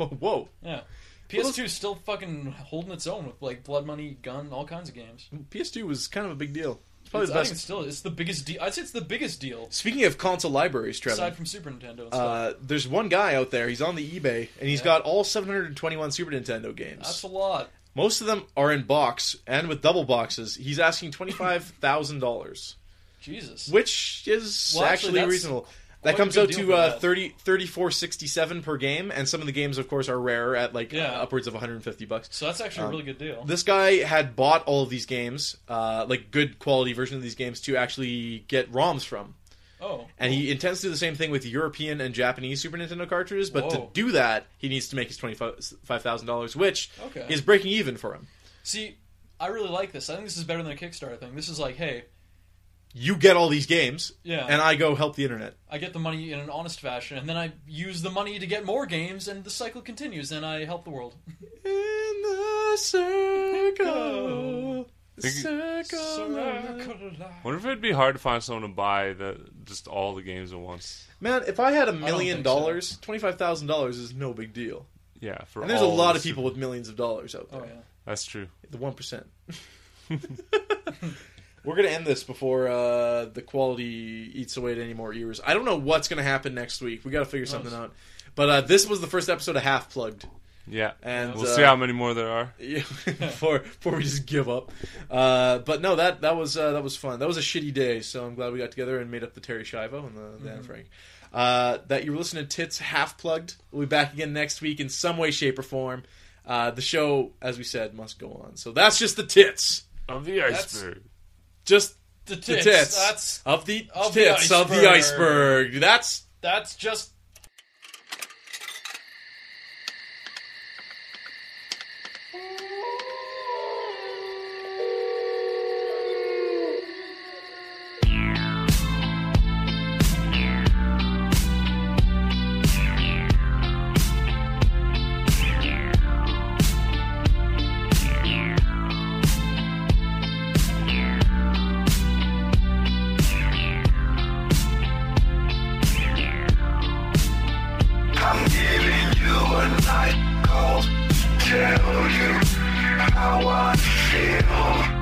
oh, whoa.
yeah. PS2 is still fucking holding its own with like Blood Money, Gun, all kinds of games.
PS2 was kind of a big deal. It's probably
It's, I
the
think
best.
it's still it's the biggest deal. I'd say it's the biggest deal
Speaking of console libraries, Trevor,
aside from Super Nintendo. And
uh,
stuff.
there's one guy out there. He's on the eBay and he's
Yeah.
got all 721 Super Nintendo games.
That's a lot.
Most of them are in box and with double boxes. He's asking twenty five thousand dollars.
Jesus.
which is
Well, actually,
actually,
that's-
reasonable. That
Quite a
comes
good
out
deal
to
for
uh,
that.
30, 34.67 per game, and some of the games, of course, are rare at like
Yeah.
upwards of 150 bucks.
So that's actually
Um,
a really good deal.
This guy had bought all of these games, uh, like good quality version of these games, to actually get ROMs from.
oh,
And he intends to do the same thing with European and Japanese Super Nintendo cartridges, but to
Whoa.
do that, he needs to make his $25,000, which
Okay.
is breaking even for him.
see, I really like this. I think this is better than a Kickstarter thing. This is like, hey,
You get all these games,
yeah,
and I go help the internet.
I get the money in an honest fashion, and then I use the money to get more games, and the cycle continues, and I help the world.
In the circle. circle.
Wonder if it'd be hard to find someone to buy the just all the games at once.
Man, if I had a
think
million
so.
dollars, $25,000 is no big deal.
Yeah, for
And there's a
all
lot
the
of people
Super-
with millions of dollars out there.
Oh yeah.
That's true.
The one percent. We're gonna end this before uh, the quality eats away at any more ears. I don't know what's gonna happen next week. We gotta figure something
Nice.
out. But uh, this was the first episode of Half Plugged,
Yeah,
and
we'll
uh,
see how many more there are.
yeah, before before we just give up. Uh, but no, that that was uh, that was fun. That was a shitty day, so I'm glad we got together and made up the Terry Shivo and the, the
Mm-hmm.
Anne Frank. Uh, that you were listening to Tits Half Plugged. We'll be back again next week in some way, shape, or form. Uh, the show, as we said, must go on. So that's just the tits,
Of the iceberg.
just
The
the
tits.
tits,
That's
of the
of the
tits of the
iceberg.
iceberg. That's
that's just
I'm giving you a night call to tell you how I feel.